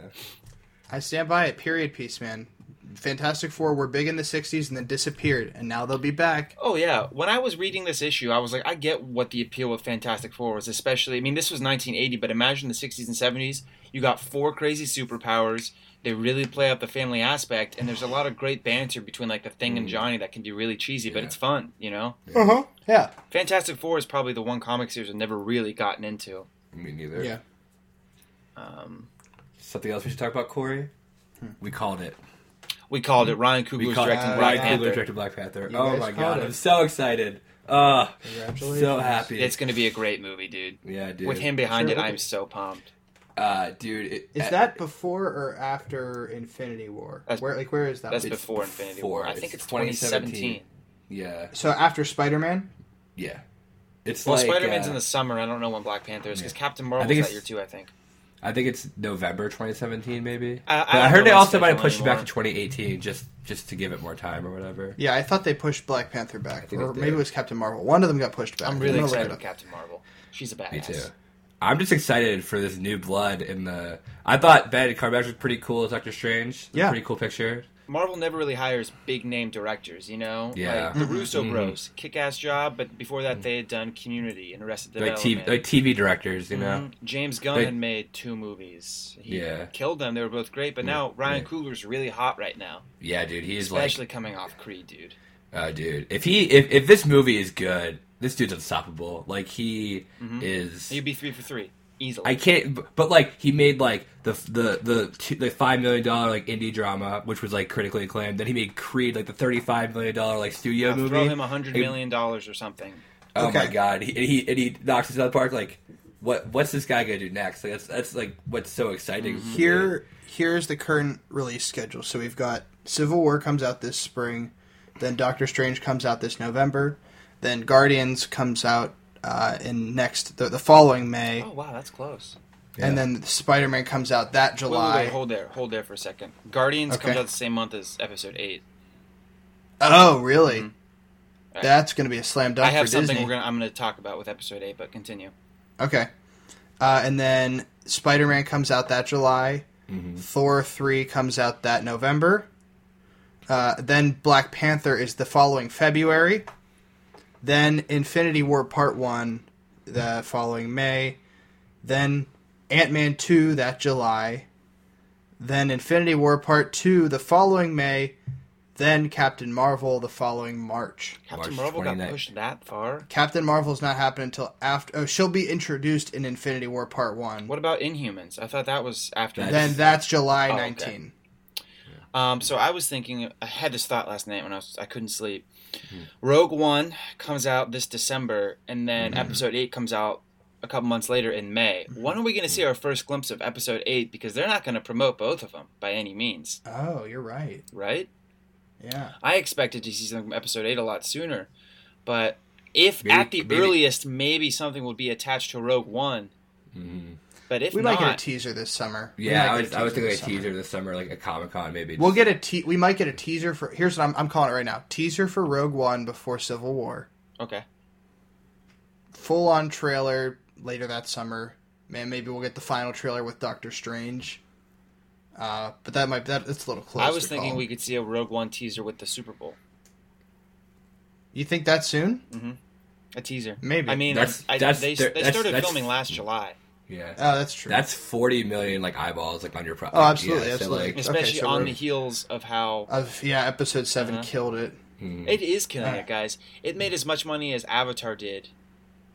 Speaker 3: I stand by it. Period piece, man. Fantastic Four were big in the '60s and then disappeared, and now they'll be back.
Speaker 2: Oh yeah. When I was reading this issue, I was like, I get what the appeal with Fantastic Four was, especially. I mean, this was 1980, but imagine the 60s and 70s. You got four crazy superpowers. They really play up the family aspect, and there's a lot of great banter between like the Thing and Johnny that can be really cheesy, but
Speaker 4: Yeah.
Speaker 2: it's fun, you know.
Speaker 3: Uh huh. Yeah.
Speaker 2: Fantastic Four is probably the one comic series I've never really gotten into.
Speaker 4: Me neither.
Speaker 3: Yeah.
Speaker 2: Um,
Speaker 4: Something else we should talk about, Corey?
Speaker 3: Hmm.
Speaker 4: We called it.
Speaker 2: We called it Ryan
Speaker 4: We
Speaker 2: Coogler's
Speaker 4: called
Speaker 2: directing
Speaker 4: it.
Speaker 2: Black
Speaker 4: Ryan
Speaker 2: Panther.
Speaker 4: Coogler directed Black Panther.
Speaker 3: You
Speaker 4: oh
Speaker 3: guys
Speaker 4: my
Speaker 3: called
Speaker 4: god,
Speaker 3: it.
Speaker 4: I'm so excited. Uh,
Speaker 3: Congratulations.
Speaker 4: so happy.
Speaker 2: It's gonna be a great movie, dude.
Speaker 4: yeah, dude.
Speaker 2: With him behind
Speaker 3: Sure,
Speaker 2: it,
Speaker 3: look
Speaker 2: I'm
Speaker 3: at-
Speaker 2: so pumped.
Speaker 4: uh, dude. It,
Speaker 3: Is that before or after Infinity War?
Speaker 2: That's-
Speaker 3: where like where is that?
Speaker 2: That's
Speaker 4: Uh, It's
Speaker 2: before Infinity War.
Speaker 4: before.
Speaker 2: I think
Speaker 4: It's
Speaker 2: it's 2017.
Speaker 4: Yeah,
Speaker 3: so after Spider Man?
Speaker 4: yeah. It's
Speaker 2: Well,
Speaker 4: like
Speaker 2: Spider Man's
Speaker 4: uh,
Speaker 2: in the summer. I don't know when Black Panther is because Captain Marvel's
Speaker 4: think
Speaker 2: that
Speaker 4: it's-
Speaker 2: year too. I think.
Speaker 4: I think it's November 2017, maybe.
Speaker 2: I- I
Speaker 4: but I
Speaker 2: don't know
Speaker 4: heard they
Speaker 2: my
Speaker 4: also might have
Speaker 2: schedule
Speaker 4: pushed it back to
Speaker 2: anymore.
Speaker 4: 2018 just just to give it more time or whatever.
Speaker 3: Yeah, I thought they pushed Black Panther back,
Speaker 4: think
Speaker 3: or
Speaker 4: they
Speaker 3: maybe
Speaker 4: did.
Speaker 3: it was Captain Marvel. One of them got pushed back.
Speaker 2: I'm really
Speaker 3: gonna look
Speaker 2: excited
Speaker 3: it
Speaker 2: for
Speaker 3: up.
Speaker 2: Captain Marvel. She's a badass.
Speaker 4: Me too. I'm just excited for this new blood in the. I thought Ben Carmack was pretty cool as Doctor Strange.
Speaker 3: Yeah.
Speaker 4: pretty cool picture.
Speaker 2: Marvel never really hires big name directors, you know.
Speaker 4: Yeah.
Speaker 2: Like the Russo
Speaker 4: Mhm.
Speaker 2: Bros, kick ass job, but before that they had done Community and Arrested
Speaker 4: Like
Speaker 2: Development.
Speaker 4: TV, like TV directors, you know.
Speaker 2: Mhm. James Gunn
Speaker 4: They-
Speaker 2: had made two movies. He
Speaker 4: Yeah.
Speaker 2: killed them. They were both great, but
Speaker 4: Yeah,
Speaker 2: now Ryan
Speaker 4: yeah.
Speaker 2: Coogler's really hot right now,
Speaker 4: Yeah, dude, he's like,
Speaker 2: especially coming off Creed, dude.
Speaker 4: oh, dude, if he if if this movie is good, this dude's unstoppable. Like he
Speaker 2: Mhm.
Speaker 4: is.
Speaker 2: He'd be three for three easily.
Speaker 4: I can't, b- but like he made like the the the two, the five million dollar like indie drama, which was like critically acclaimed. Then he made Creed, like the thirty five million dollar like studio
Speaker 2: Now
Speaker 4: movie.
Speaker 2: throw him a hundred
Speaker 4: Hey-
Speaker 2: million dollars or something.
Speaker 4: oh my
Speaker 3: Okay.
Speaker 4: god! He, and he and he knocks this out of the park. Like, what what's this guy gonna do next? Like that's that's like what's so exciting for me.
Speaker 3: Mm-hmm. Here, here's the current release schedule. So we've got Civil War comes out this spring, then Doctor Strange comes out this November, then Guardians comes out uh, in next the, the following May,
Speaker 2: Oh wow, that's close.
Speaker 4: Yeah.
Speaker 3: and then Spider Man comes out
Speaker 2: Wait,
Speaker 3: that
Speaker 2: wait,
Speaker 3: July.
Speaker 2: wait, hold there, hold there for a second. Guardians
Speaker 3: Okay.
Speaker 2: comes out the same month as Episode Eight.
Speaker 3: Oh, really?
Speaker 2: Mhm. Right.
Speaker 3: That's going to be a slam dunk
Speaker 2: I have
Speaker 3: for
Speaker 2: something
Speaker 3: Disney.
Speaker 2: we're gonna I'm gonna talk about with Episode Eight, but continue.
Speaker 3: Okay, uh, and then Spider Man comes out that July.
Speaker 4: Mhm.
Speaker 3: Thor three comes out that November. Uh, then Black Panther is the following February. Then Infinity War Part One the following May. Then Ant Man two that July. Then Infinity War Part two the following May. Then Captain Marvel the following March.
Speaker 2: Captain
Speaker 4: March
Speaker 2: Marvel got
Speaker 4: 29th.
Speaker 2: pushed that far.
Speaker 3: Captain Marvel's not happening until after. Oh, she'll be introduced in Infinity War Part One.
Speaker 2: What about Inhumans? I thought that was after.
Speaker 4: That-
Speaker 3: Then that's July
Speaker 2: Oh, okay.
Speaker 3: nineteen.
Speaker 2: Um, so I was thinking, I had this thought last night when I was, I couldn't sleep.
Speaker 4: Hmm.
Speaker 2: Rogue One comes out this December, and then
Speaker 4: Hmm.
Speaker 2: Episode Eight comes out a couple months later in May. When are we going to see our first glimpse of Episode Eight? Because they're not going to promote both of them by any means,
Speaker 3: Oh, you're right.
Speaker 2: right?
Speaker 3: Yeah.
Speaker 2: I expected to see something from Episode Eight a lot sooner, but if
Speaker 4: Maybe-
Speaker 2: at the
Speaker 4: maybe-
Speaker 2: earliest, maybe something will be attached to Rogue One.
Speaker 4: Mhm.
Speaker 2: But if
Speaker 3: we
Speaker 2: not,
Speaker 3: might get a teaser this summer. We might
Speaker 4: Yeah, I
Speaker 3: get
Speaker 4: was I was thinking
Speaker 3: this
Speaker 4: a
Speaker 3: summer.
Speaker 4: teaser this summer, like a Comic Con maybe.
Speaker 3: We'll get a te- we might get a teaser for here's what I'm, I'm calling it right now. Teaser for Rogue One before Civil War.
Speaker 2: okay,
Speaker 3: Full on trailer later that summer. Man, maybe we'll get the final trailer with Doctor Strange. Uh, but that might that it's a little close.
Speaker 2: I was
Speaker 3: to
Speaker 2: thinking
Speaker 3: call.
Speaker 2: we could see a Rogue One teaser with the Super Bowl,
Speaker 3: You think that soon?
Speaker 2: Mm-hmm. a teaser.
Speaker 3: Maybe.
Speaker 2: I mean,
Speaker 4: That's-
Speaker 2: I,
Speaker 4: that's-
Speaker 2: they,
Speaker 4: they're-
Speaker 2: they
Speaker 4: that's-
Speaker 2: started
Speaker 4: that's-
Speaker 2: filming last July,
Speaker 4: yeah.
Speaker 3: Oh, that's true.
Speaker 4: that's forty million like eyeballs like on your pro.
Speaker 3: Oh, absolutely,
Speaker 4: yeah, so,
Speaker 3: absolutely.
Speaker 4: like,
Speaker 2: especially
Speaker 3: so
Speaker 2: on
Speaker 3: we're-
Speaker 2: the heels of how
Speaker 3: Of yeah, episode 7
Speaker 2: Uh-huh.
Speaker 3: killed it.
Speaker 4: mhm.
Speaker 2: it is killing
Speaker 3: Yeah.
Speaker 2: it, guys. It made as much money as Avatar did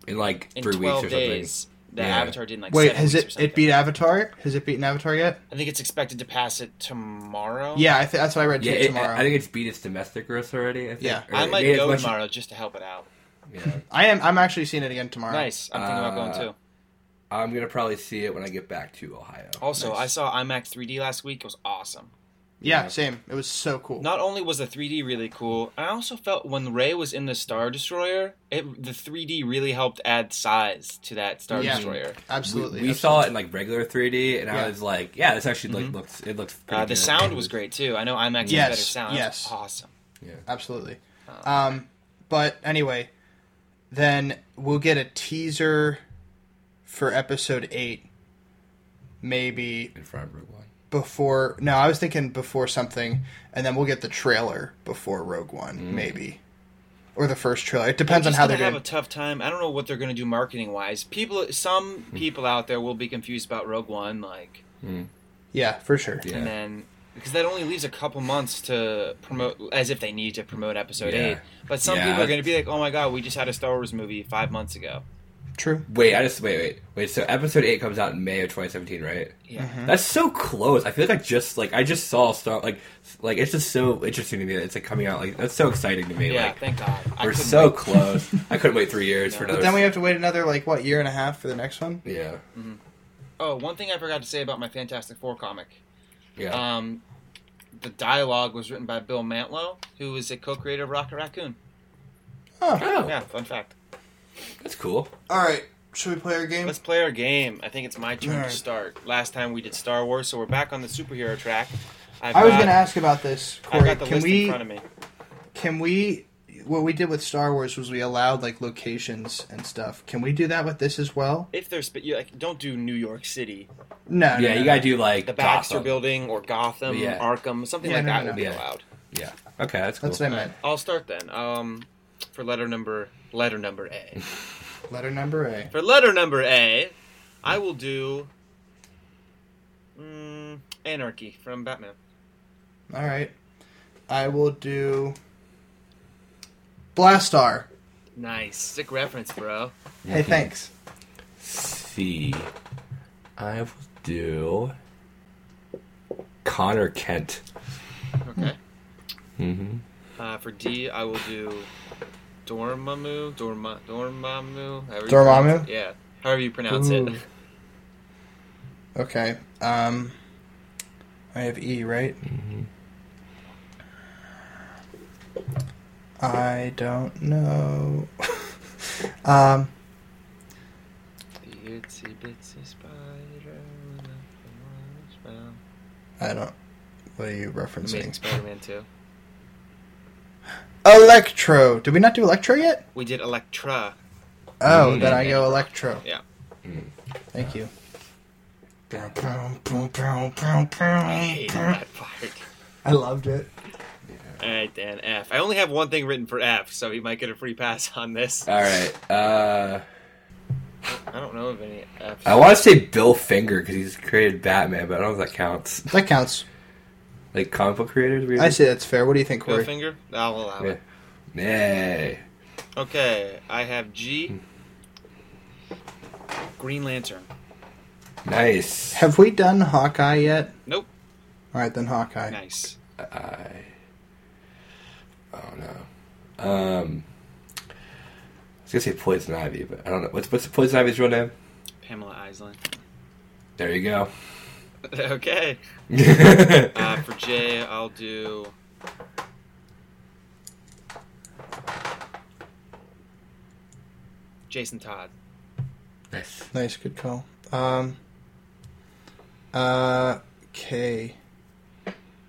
Speaker 4: in like
Speaker 2: in
Speaker 4: three weeks
Speaker 2: twelve
Speaker 4: or something.
Speaker 2: days that
Speaker 4: Yeah.
Speaker 2: Avatar did in like
Speaker 3: Wait,
Speaker 2: seven
Speaker 3: has
Speaker 2: weeks or
Speaker 3: it
Speaker 2: something.
Speaker 3: it beat Avatar? Has it beaten Avatar yet?
Speaker 2: I think it's expected to pass it tomorrow.
Speaker 3: Yeah, I th- that's what I read
Speaker 4: Yeah,
Speaker 3: too
Speaker 4: it,
Speaker 3: tomorrow.
Speaker 4: I think it's beat its domestic gross already. I think.
Speaker 3: Yeah.
Speaker 4: Or
Speaker 2: I
Speaker 4: it
Speaker 2: might
Speaker 4: made as
Speaker 2: go
Speaker 4: much-
Speaker 2: tomorrow just to help it out.
Speaker 4: Yeah.
Speaker 3: I am I'm actually seeing it again tomorrow.
Speaker 2: Nice. I'm thinking about going
Speaker 4: Uh,
Speaker 2: too.
Speaker 4: I'm gonna probably see it when I get back to Ohio.
Speaker 2: Also,
Speaker 4: Nice.
Speaker 2: I saw IMAX 3D last week. It was awesome.
Speaker 3: Yeah,
Speaker 4: Yeah.
Speaker 3: same. It was so cool.
Speaker 2: Not only was the 3D really cool, I also felt when Ray was in the Star Destroyer, it, the 3D really helped add size to that Star
Speaker 3: Yeah.
Speaker 2: Destroyer.
Speaker 3: absolutely.
Speaker 4: We, we saw it in like regular 3D, and
Speaker 3: Yeah.
Speaker 4: I was like, "Yeah, this actually like looks. It looks." Pretty
Speaker 2: Uh, the
Speaker 4: good.
Speaker 2: sound was great too. I know IMAX
Speaker 3: Yes,
Speaker 2: has better sound.
Speaker 3: yes.
Speaker 2: It's awesome.
Speaker 3: absolutely. Um, but anyway, then we'll get a teaser for episode eight, maybe
Speaker 4: in front of Rogue One.
Speaker 3: before. No, I was thinking before something, and then we'll get the trailer before Rogue One, maybe, or the first trailer. It depends on
Speaker 2: just
Speaker 3: how
Speaker 2: gonna
Speaker 3: they're
Speaker 2: have
Speaker 3: doing.
Speaker 2: a tough time. I don't know what they're going to do marketing wise. People, some
Speaker 4: Hmm.
Speaker 2: people out there will be confused about Rogue One, like,
Speaker 3: yeah, for sure.
Speaker 4: Yeah.
Speaker 2: and then because that only leaves a couple months to promote, as if they need to promote Episode
Speaker 4: Yeah.
Speaker 2: Eight. But some
Speaker 4: Yeah.
Speaker 2: people are going to be like, "Oh my god, we just had a Star Wars movie five months ago."
Speaker 3: True.
Speaker 4: Wait, I just wait, wait, wait. So episode eight comes out in May of 2017, right?
Speaker 2: Yeah.
Speaker 4: That's so close. I feel like I just like I just saw Star like like it's just so interesting to me that it's like coming out like that's so exciting to me.
Speaker 2: Yeah,
Speaker 4: like
Speaker 2: thank God. I
Speaker 4: we're
Speaker 2: couldn't
Speaker 4: so
Speaker 2: wait.
Speaker 4: close. I couldn't wait
Speaker 2: (laughs)
Speaker 4: three years for
Speaker 2: No.
Speaker 4: another.
Speaker 3: But then we have to wait another like what year and a half for the next one.
Speaker 4: yeah,
Speaker 2: Oh, one thing I forgot to say about my Fantastic Four comic.
Speaker 4: yeah.
Speaker 2: Um, the dialogue was written by Bill Mantlo, who is a co-creator of Rocket Raccoon.
Speaker 3: Oh.
Speaker 4: oh,
Speaker 2: Yeah, fun fact.
Speaker 4: that's cool.
Speaker 3: All right. Should we play our game?
Speaker 2: Let's play our game. I think it's my turn
Speaker 3: Alright.
Speaker 2: to start. Last time we did Star Wars, so we're back on the superhero track. I've
Speaker 3: I was
Speaker 2: got-
Speaker 3: going to ask about this,
Speaker 2: I've
Speaker 3: Corey.
Speaker 2: Uh, got the
Speaker 3: Can
Speaker 2: list in
Speaker 3: we?
Speaker 2: front of me.
Speaker 3: Can we? What we did with Star Wars was we allowed like locations and stuff. Can we do that with this as well?
Speaker 2: If there's, but you like, don't do New York City,
Speaker 3: No. no,
Speaker 4: Yeah,
Speaker 3: no,
Speaker 4: you
Speaker 3: no.
Speaker 4: gotta do like
Speaker 2: the Baxter
Speaker 4: Gotham.
Speaker 2: Building, or Gotham,
Speaker 4: Yeah.
Speaker 2: Arkham, something
Speaker 3: Yeah,
Speaker 2: like
Speaker 3: no,
Speaker 2: that
Speaker 3: no,
Speaker 2: would
Speaker 3: no.
Speaker 2: be
Speaker 4: Yeah.
Speaker 2: allowed.
Speaker 4: Yeah. Okay, that's cool.
Speaker 3: That's what I meant.
Speaker 2: I'll start then. Um, for letter number letter number A. (laughs)
Speaker 3: Letter number A.
Speaker 2: For letter number A, I will do mm, Anarchy from Batman.
Speaker 3: All right. I will do Blastar.
Speaker 2: Nice, sick reference, bro.
Speaker 3: Hey, thanks.
Speaker 4: see. I will do Connor Kent.
Speaker 2: Okay.
Speaker 4: Mm-hmm.
Speaker 2: Uh, for D, I will do Dormammu, Dorma, Dormammu, however you
Speaker 3: Dormammu?
Speaker 2: pronounce it. Yeah, however you pronounce it.
Speaker 3: Ooh. Okay. Um, I have E, right?
Speaker 4: Mm-hmm.
Speaker 3: I don't know. (laughs) um,
Speaker 2: (laughs) The itsy bitsy spider. with a large mouth.
Speaker 3: I don't. What are you
Speaker 2: Amazing
Speaker 3: referencing?
Speaker 2: Spider-Man 2.
Speaker 3: Electro. Did we not do Electro yet?
Speaker 2: We did Electra.
Speaker 3: Oh,
Speaker 4: Mhm.
Speaker 3: then I go Electro.
Speaker 2: Yeah.
Speaker 3: Thank you.
Speaker 2: I hated that part.
Speaker 3: I loved it.
Speaker 2: All right, Dan F. I only have one thing written for F, so he might get a free pass on this.
Speaker 4: All right. Uh,
Speaker 2: I don't know of any F.
Speaker 4: I want to say Bill Finger because he's created Batman, but I don't know if that counts.
Speaker 3: That counts.
Speaker 4: Like comic book creators, really?
Speaker 3: I say that's fair. What do you think,
Speaker 2: Bill
Speaker 3: Corey?
Speaker 2: Finger? I'll allow
Speaker 4: Yeah.
Speaker 2: it.
Speaker 4: Yay.
Speaker 2: Okay, I have G.
Speaker 3: Hmm.
Speaker 2: Green Lantern.
Speaker 4: Nice.
Speaker 3: Have we done Hawkeye yet?
Speaker 2: Nope.
Speaker 3: All right, then Hawkeye.
Speaker 2: Nice.
Speaker 4: I. Oh no. Um. I was gonna say Poison Ivy, but I don't know. What's what's Poison Ivy's real name?
Speaker 2: Pamela Island.
Speaker 4: There you go.
Speaker 2: (laughs)
Speaker 4: (laughs)
Speaker 2: okay. Uh, for J, I'll do. Jason Todd.
Speaker 4: nice.
Speaker 3: Nice, good call. Um, uh, K.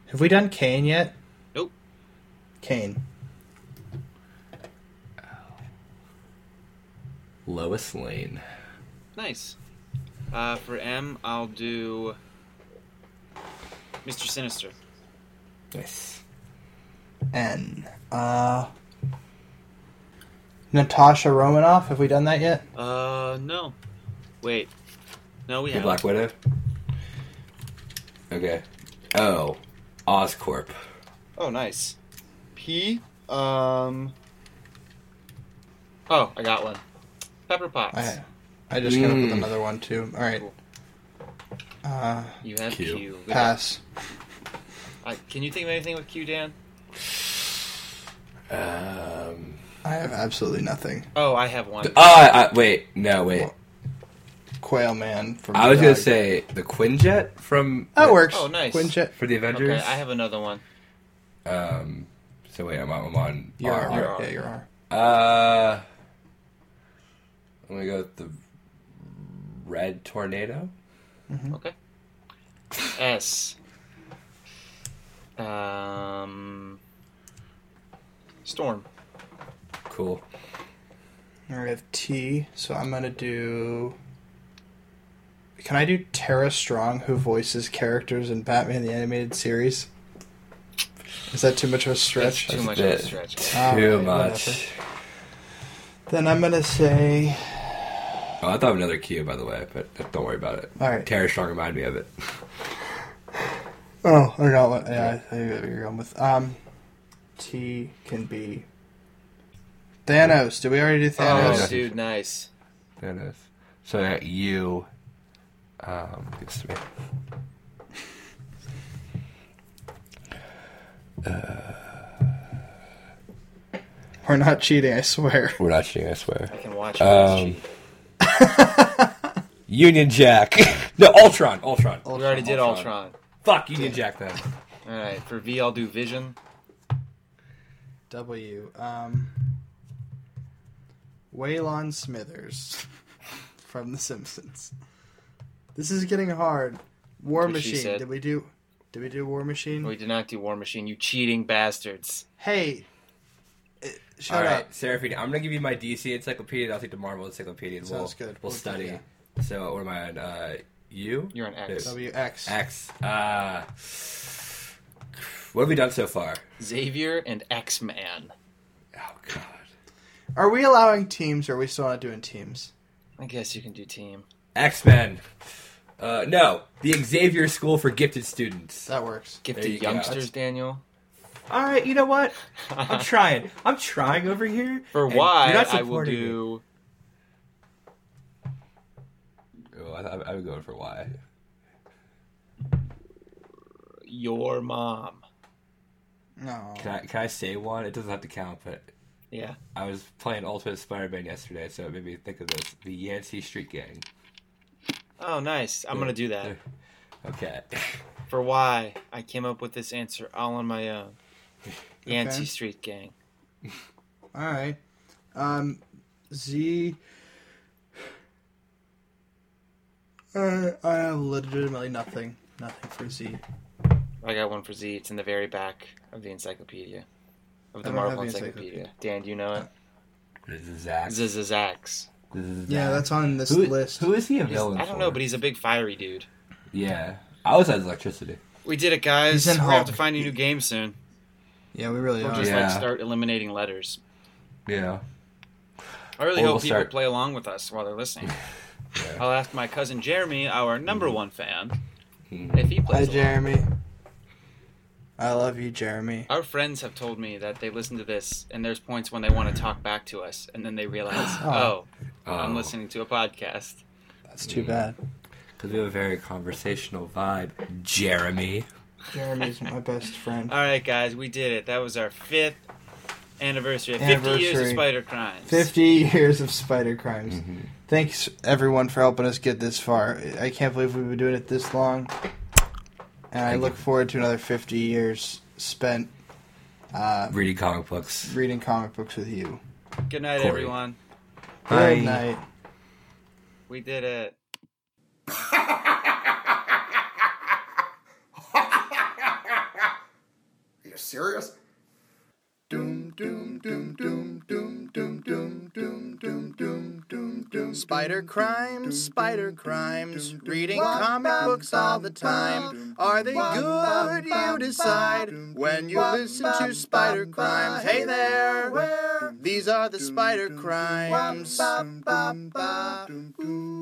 Speaker 3: Have we done Kane yet?
Speaker 2: Nope.
Speaker 3: Kane.
Speaker 4: Lois Lane.
Speaker 2: Nice. Uh, for M, I'll do. Mr. Sinister.
Speaker 4: Nice.
Speaker 3: N. Uh, Natasha Romanoff. Have we done that yet?
Speaker 2: Uh, no. Wait. No, we
Speaker 4: The
Speaker 2: have.
Speaker 4: Black Widow. Okay. Oh, Oscorp.
Speaker 2: Oh, nice. P. Um. Oh, I got one. Pepper Potts.
Speaker 3: I, I just came up with
Speaker 4: Mm.
Speaker 3: another one too. All right. Uh,
Speaker 2: You have
Speaker 4: Q.
Speaker 2: Q. Good
Speaker 3: pass.
Speaker 2: job. I, can you think of anything with Q, Dan?
Speaker 4: Um.
Speaker 3: I have absolutely nothing.
Speaker 2: Oh, I have one.
Speaker 4: Uh, I, wait. No, wait.
Speaker 3: Quail Man. From
Speaker 4: I was gonna
Speaker 3: Doug.
Speaker 4: say the Quinjet from
Speaker 3: uh, that works.
Speaker 2: Oh, nice.
Speaker 3: Quinjet.
Speaker 4: for the
Speaker 2: Okay,
Speaker 4: Avengers.
Speaker 2: I have another one.
Speaker 4: Um. So wait, I'm on. I'm on
Speaker 3: You're
Speaker 4: R.
Speaker 3: R.
Speaker 2: You're R.
Speaker 3: Yeah, you're R.
Speaker 4: Uh, I'm gonna go with the red tornado. Hmm?
Speaker 2: Okay. S. Um. Storm.
Speaker 4: Cool.
Speaker 3: I have T, so I'm gonna do. Can I do Tara Strong, who voices characters in Batman the Animated Series? Is that too much of a
Speaker 2: That's
Speaker 3: stretch?
Speaker 2: too much of
Speaker 4: bit. Uh,
Speaker 2: a stretch.
Speaker 3: All
Speaker 4: Too
Speaker 3: right,
Speaker 4: much.
Speaker 3: Then I'm gonna say.
Speaker 4: Oh, I thought of another cue, by the way, but don't worry about it.
Speaker 3: All right.
Speaker 4: Terror Strong reminded me of it.
Speaker 3: Oh, I got one. Yeah, I think that you're going with. Um, T can be. Thanos. Did we already do
Speaker 2: Oh,
Speaker 3: Thanos?
Speaker 2: dude, nice.
Speaker 4: There it is. So that you um, gets to me.
Speaker 3: We're not cheating, I swear.
Speaker 4: We're not cheating, I swear.
Speaker 2: I can watch.
Speaker 4: Um, Union Jack. (laughs) no, Ultron. Ultron.
Speaker 2: we already did Ultron.
Speaker 4: Fuck Union Jack then.
Speaker 2: All right, for V, I'll do Vision.
Speaker 3: W. Um, Waylon Smithers (laughs) from The Simpsons. This is getting hard. War
Speaker 2: That's what she
Speaker 3: Machine.
Speaker 2: said.
Speaker 3: Did we do? Did we do War Machine?
Speaker 2: We did not do War Machine. You cheating bastards!
Speaker 3: Hey, uh, shut
Speaker 4: All
Speaker 3: up.
Speaker 4: right, Seraphine. I'm gonna give you my DC encyclopedia. and I'll take the Marvel encyclopedia. And
Speaker 3: Sounds
Speaker 4: we'll,
Speaker 3: good. We'll
Speaker 4: We'll
Speaker 3: do
Speaker 4: study.
Speaker 3: that.
Speaker 4: So, what am I on? Uh, you?
Speaker 2: You're an X.
Speaker 4: No,
Speaker 3: W X.
Speaker 4: X. Uh, what have we done so far?
Speaker 2: Xavier and X Man.
Speaker 4: Oh God.
Speaker 3: Are we allowing teams? or Are we still not doing teams?
Speaker 2: I guess you can do team.
Speaker 4: X Men. Uh, no, the Xavier School for Gifted Students.
Speaker 3: That works.
Speaker 2: Get
Speaker 4: There
Speaker 2: the
Speaker 4: you go.
Speaker 2: youngsters,
Speaker 4: That's-
Speaker 2: Daniel.
Speaker 4: All right, you know what? I'm trying. I'm trying over here.
Speaker 2: For
Speaker 4: and
Speaker 2: why
Speaker 4: you're not
Speaker 2: I will
Speaker 4: supporting me.
Speaker 2: do.
Speaker 4: Oh, I, I, I would go for why.
Speaker 2: Your mom.
Speaker 3: No.
Speaker 4: Can I, can I say one? It doesn't have to count, but
Speaker 2: Yeah.
Speaker 4: I was playing Ultimate Spider-Man yesterday, so it made me think of this: the Yancey Street Gang.
Speaker 2: Oh, nice. I'm gonna do that.
Speaker 4: There. (laughs) Okay. (laughs)
Speaker 2: For why I came up with this answer all on my own. Yancey Street Gang.
Speaker 3: All right. Um, Z. Uh, I have legitimately nothing. Nothing for Z.
Speaker 2: I got one for Z. It's in the very back of the encyclopedia. Of the
Speaker 3: I don't have
Speaker 2: Marvel
Speaker 3: the
Speaker 2: encyclopedia. Dan, do you know it?
Speaker 4: This is Zach.
Speaker 2: Zax.
Speaker 4: This is
Speaker 3: Yeah,
Speaker 4: Zach.
Speaker 3: that's on this
Speaker 4: who,
Speaker 3: list.
Speaker 4: Who is he a
Speaker 2: He's-
Speaker 4: villain?
Speaker 2: I don't
Speaker 4: for?
Speaker 2: know, but he's a big fiery dude.
Speaker 4: yeah. I was at electricity.
Speaker 2: We did it, guys.
Speaker 3: He's in
Speaker 2: We're gonna have to
Speaker 3: Hulk.
Speaker 2: find a new game soon.
Speaker 3: yeah, we really
Speaker 2: We'll
Speaker 3: are.
Speaker 2: just
Speaker 4: Yeah.
Speaker 2: like start eliminating letters.
Speaker 4: Yeah.
Speaker 2: I really
Speaker 4: Or
Speaker 2: hope
Speaker 4: we'll
Speaker 2: people
Speaker 4: start-
Speaker 2: play along with us while they're listening. I'll ask my cousin Jeremy, our number one fan, if he
Speaker 3: Hi,
Speaker 2: plays. along.
Speaker 3: Jeremy. I love you, Jeremy.
Speaker 2: Our friends have told me that they listen to this, and there's points when they want to talk back to us, and then they realize, oh, I'm listening to a podcast.
Speaker 3: That's too bad.
Speaker 4: Because we have a very conversational vibe. Jeremy.
Speaker 3: Jeremy's my best friend. (laughs)
Speaker 2: All right, guys, we did it. That was our fifth anniversary, 50 years of
Speaker 3: Anniversary.
Speaker 2: Spider Crimes.
Speaker 3: 50 years of spider crimes.
Speaker 2: Mm-hmm.
Speaker 3: Thanks, everyone, for helping us get this far. I can't believe we've been doing it this long. And I look forward to another 50 years spent
Speaker 4: Reading comic books.
Speaker 3: reading comic books with you.
Speaker 2: Good night,
Speaker 4: Corey.
Speaker 2: everyone.
Speaker 4: Bye.
Speaker 3: Good night.
Speaker 2: We did it.
Speaker 1: Are you serious? Doom doom doom doom doom doom doom doom doom doom doom doom
Speaker 5: Spider crimes, spider crimes, reading comic books all the time. Are they good? You decide when you listen to spider crimes. Hey there, these are the spider crimes.
Speaker 1: Doom, doom, doom, doom, doom, doom,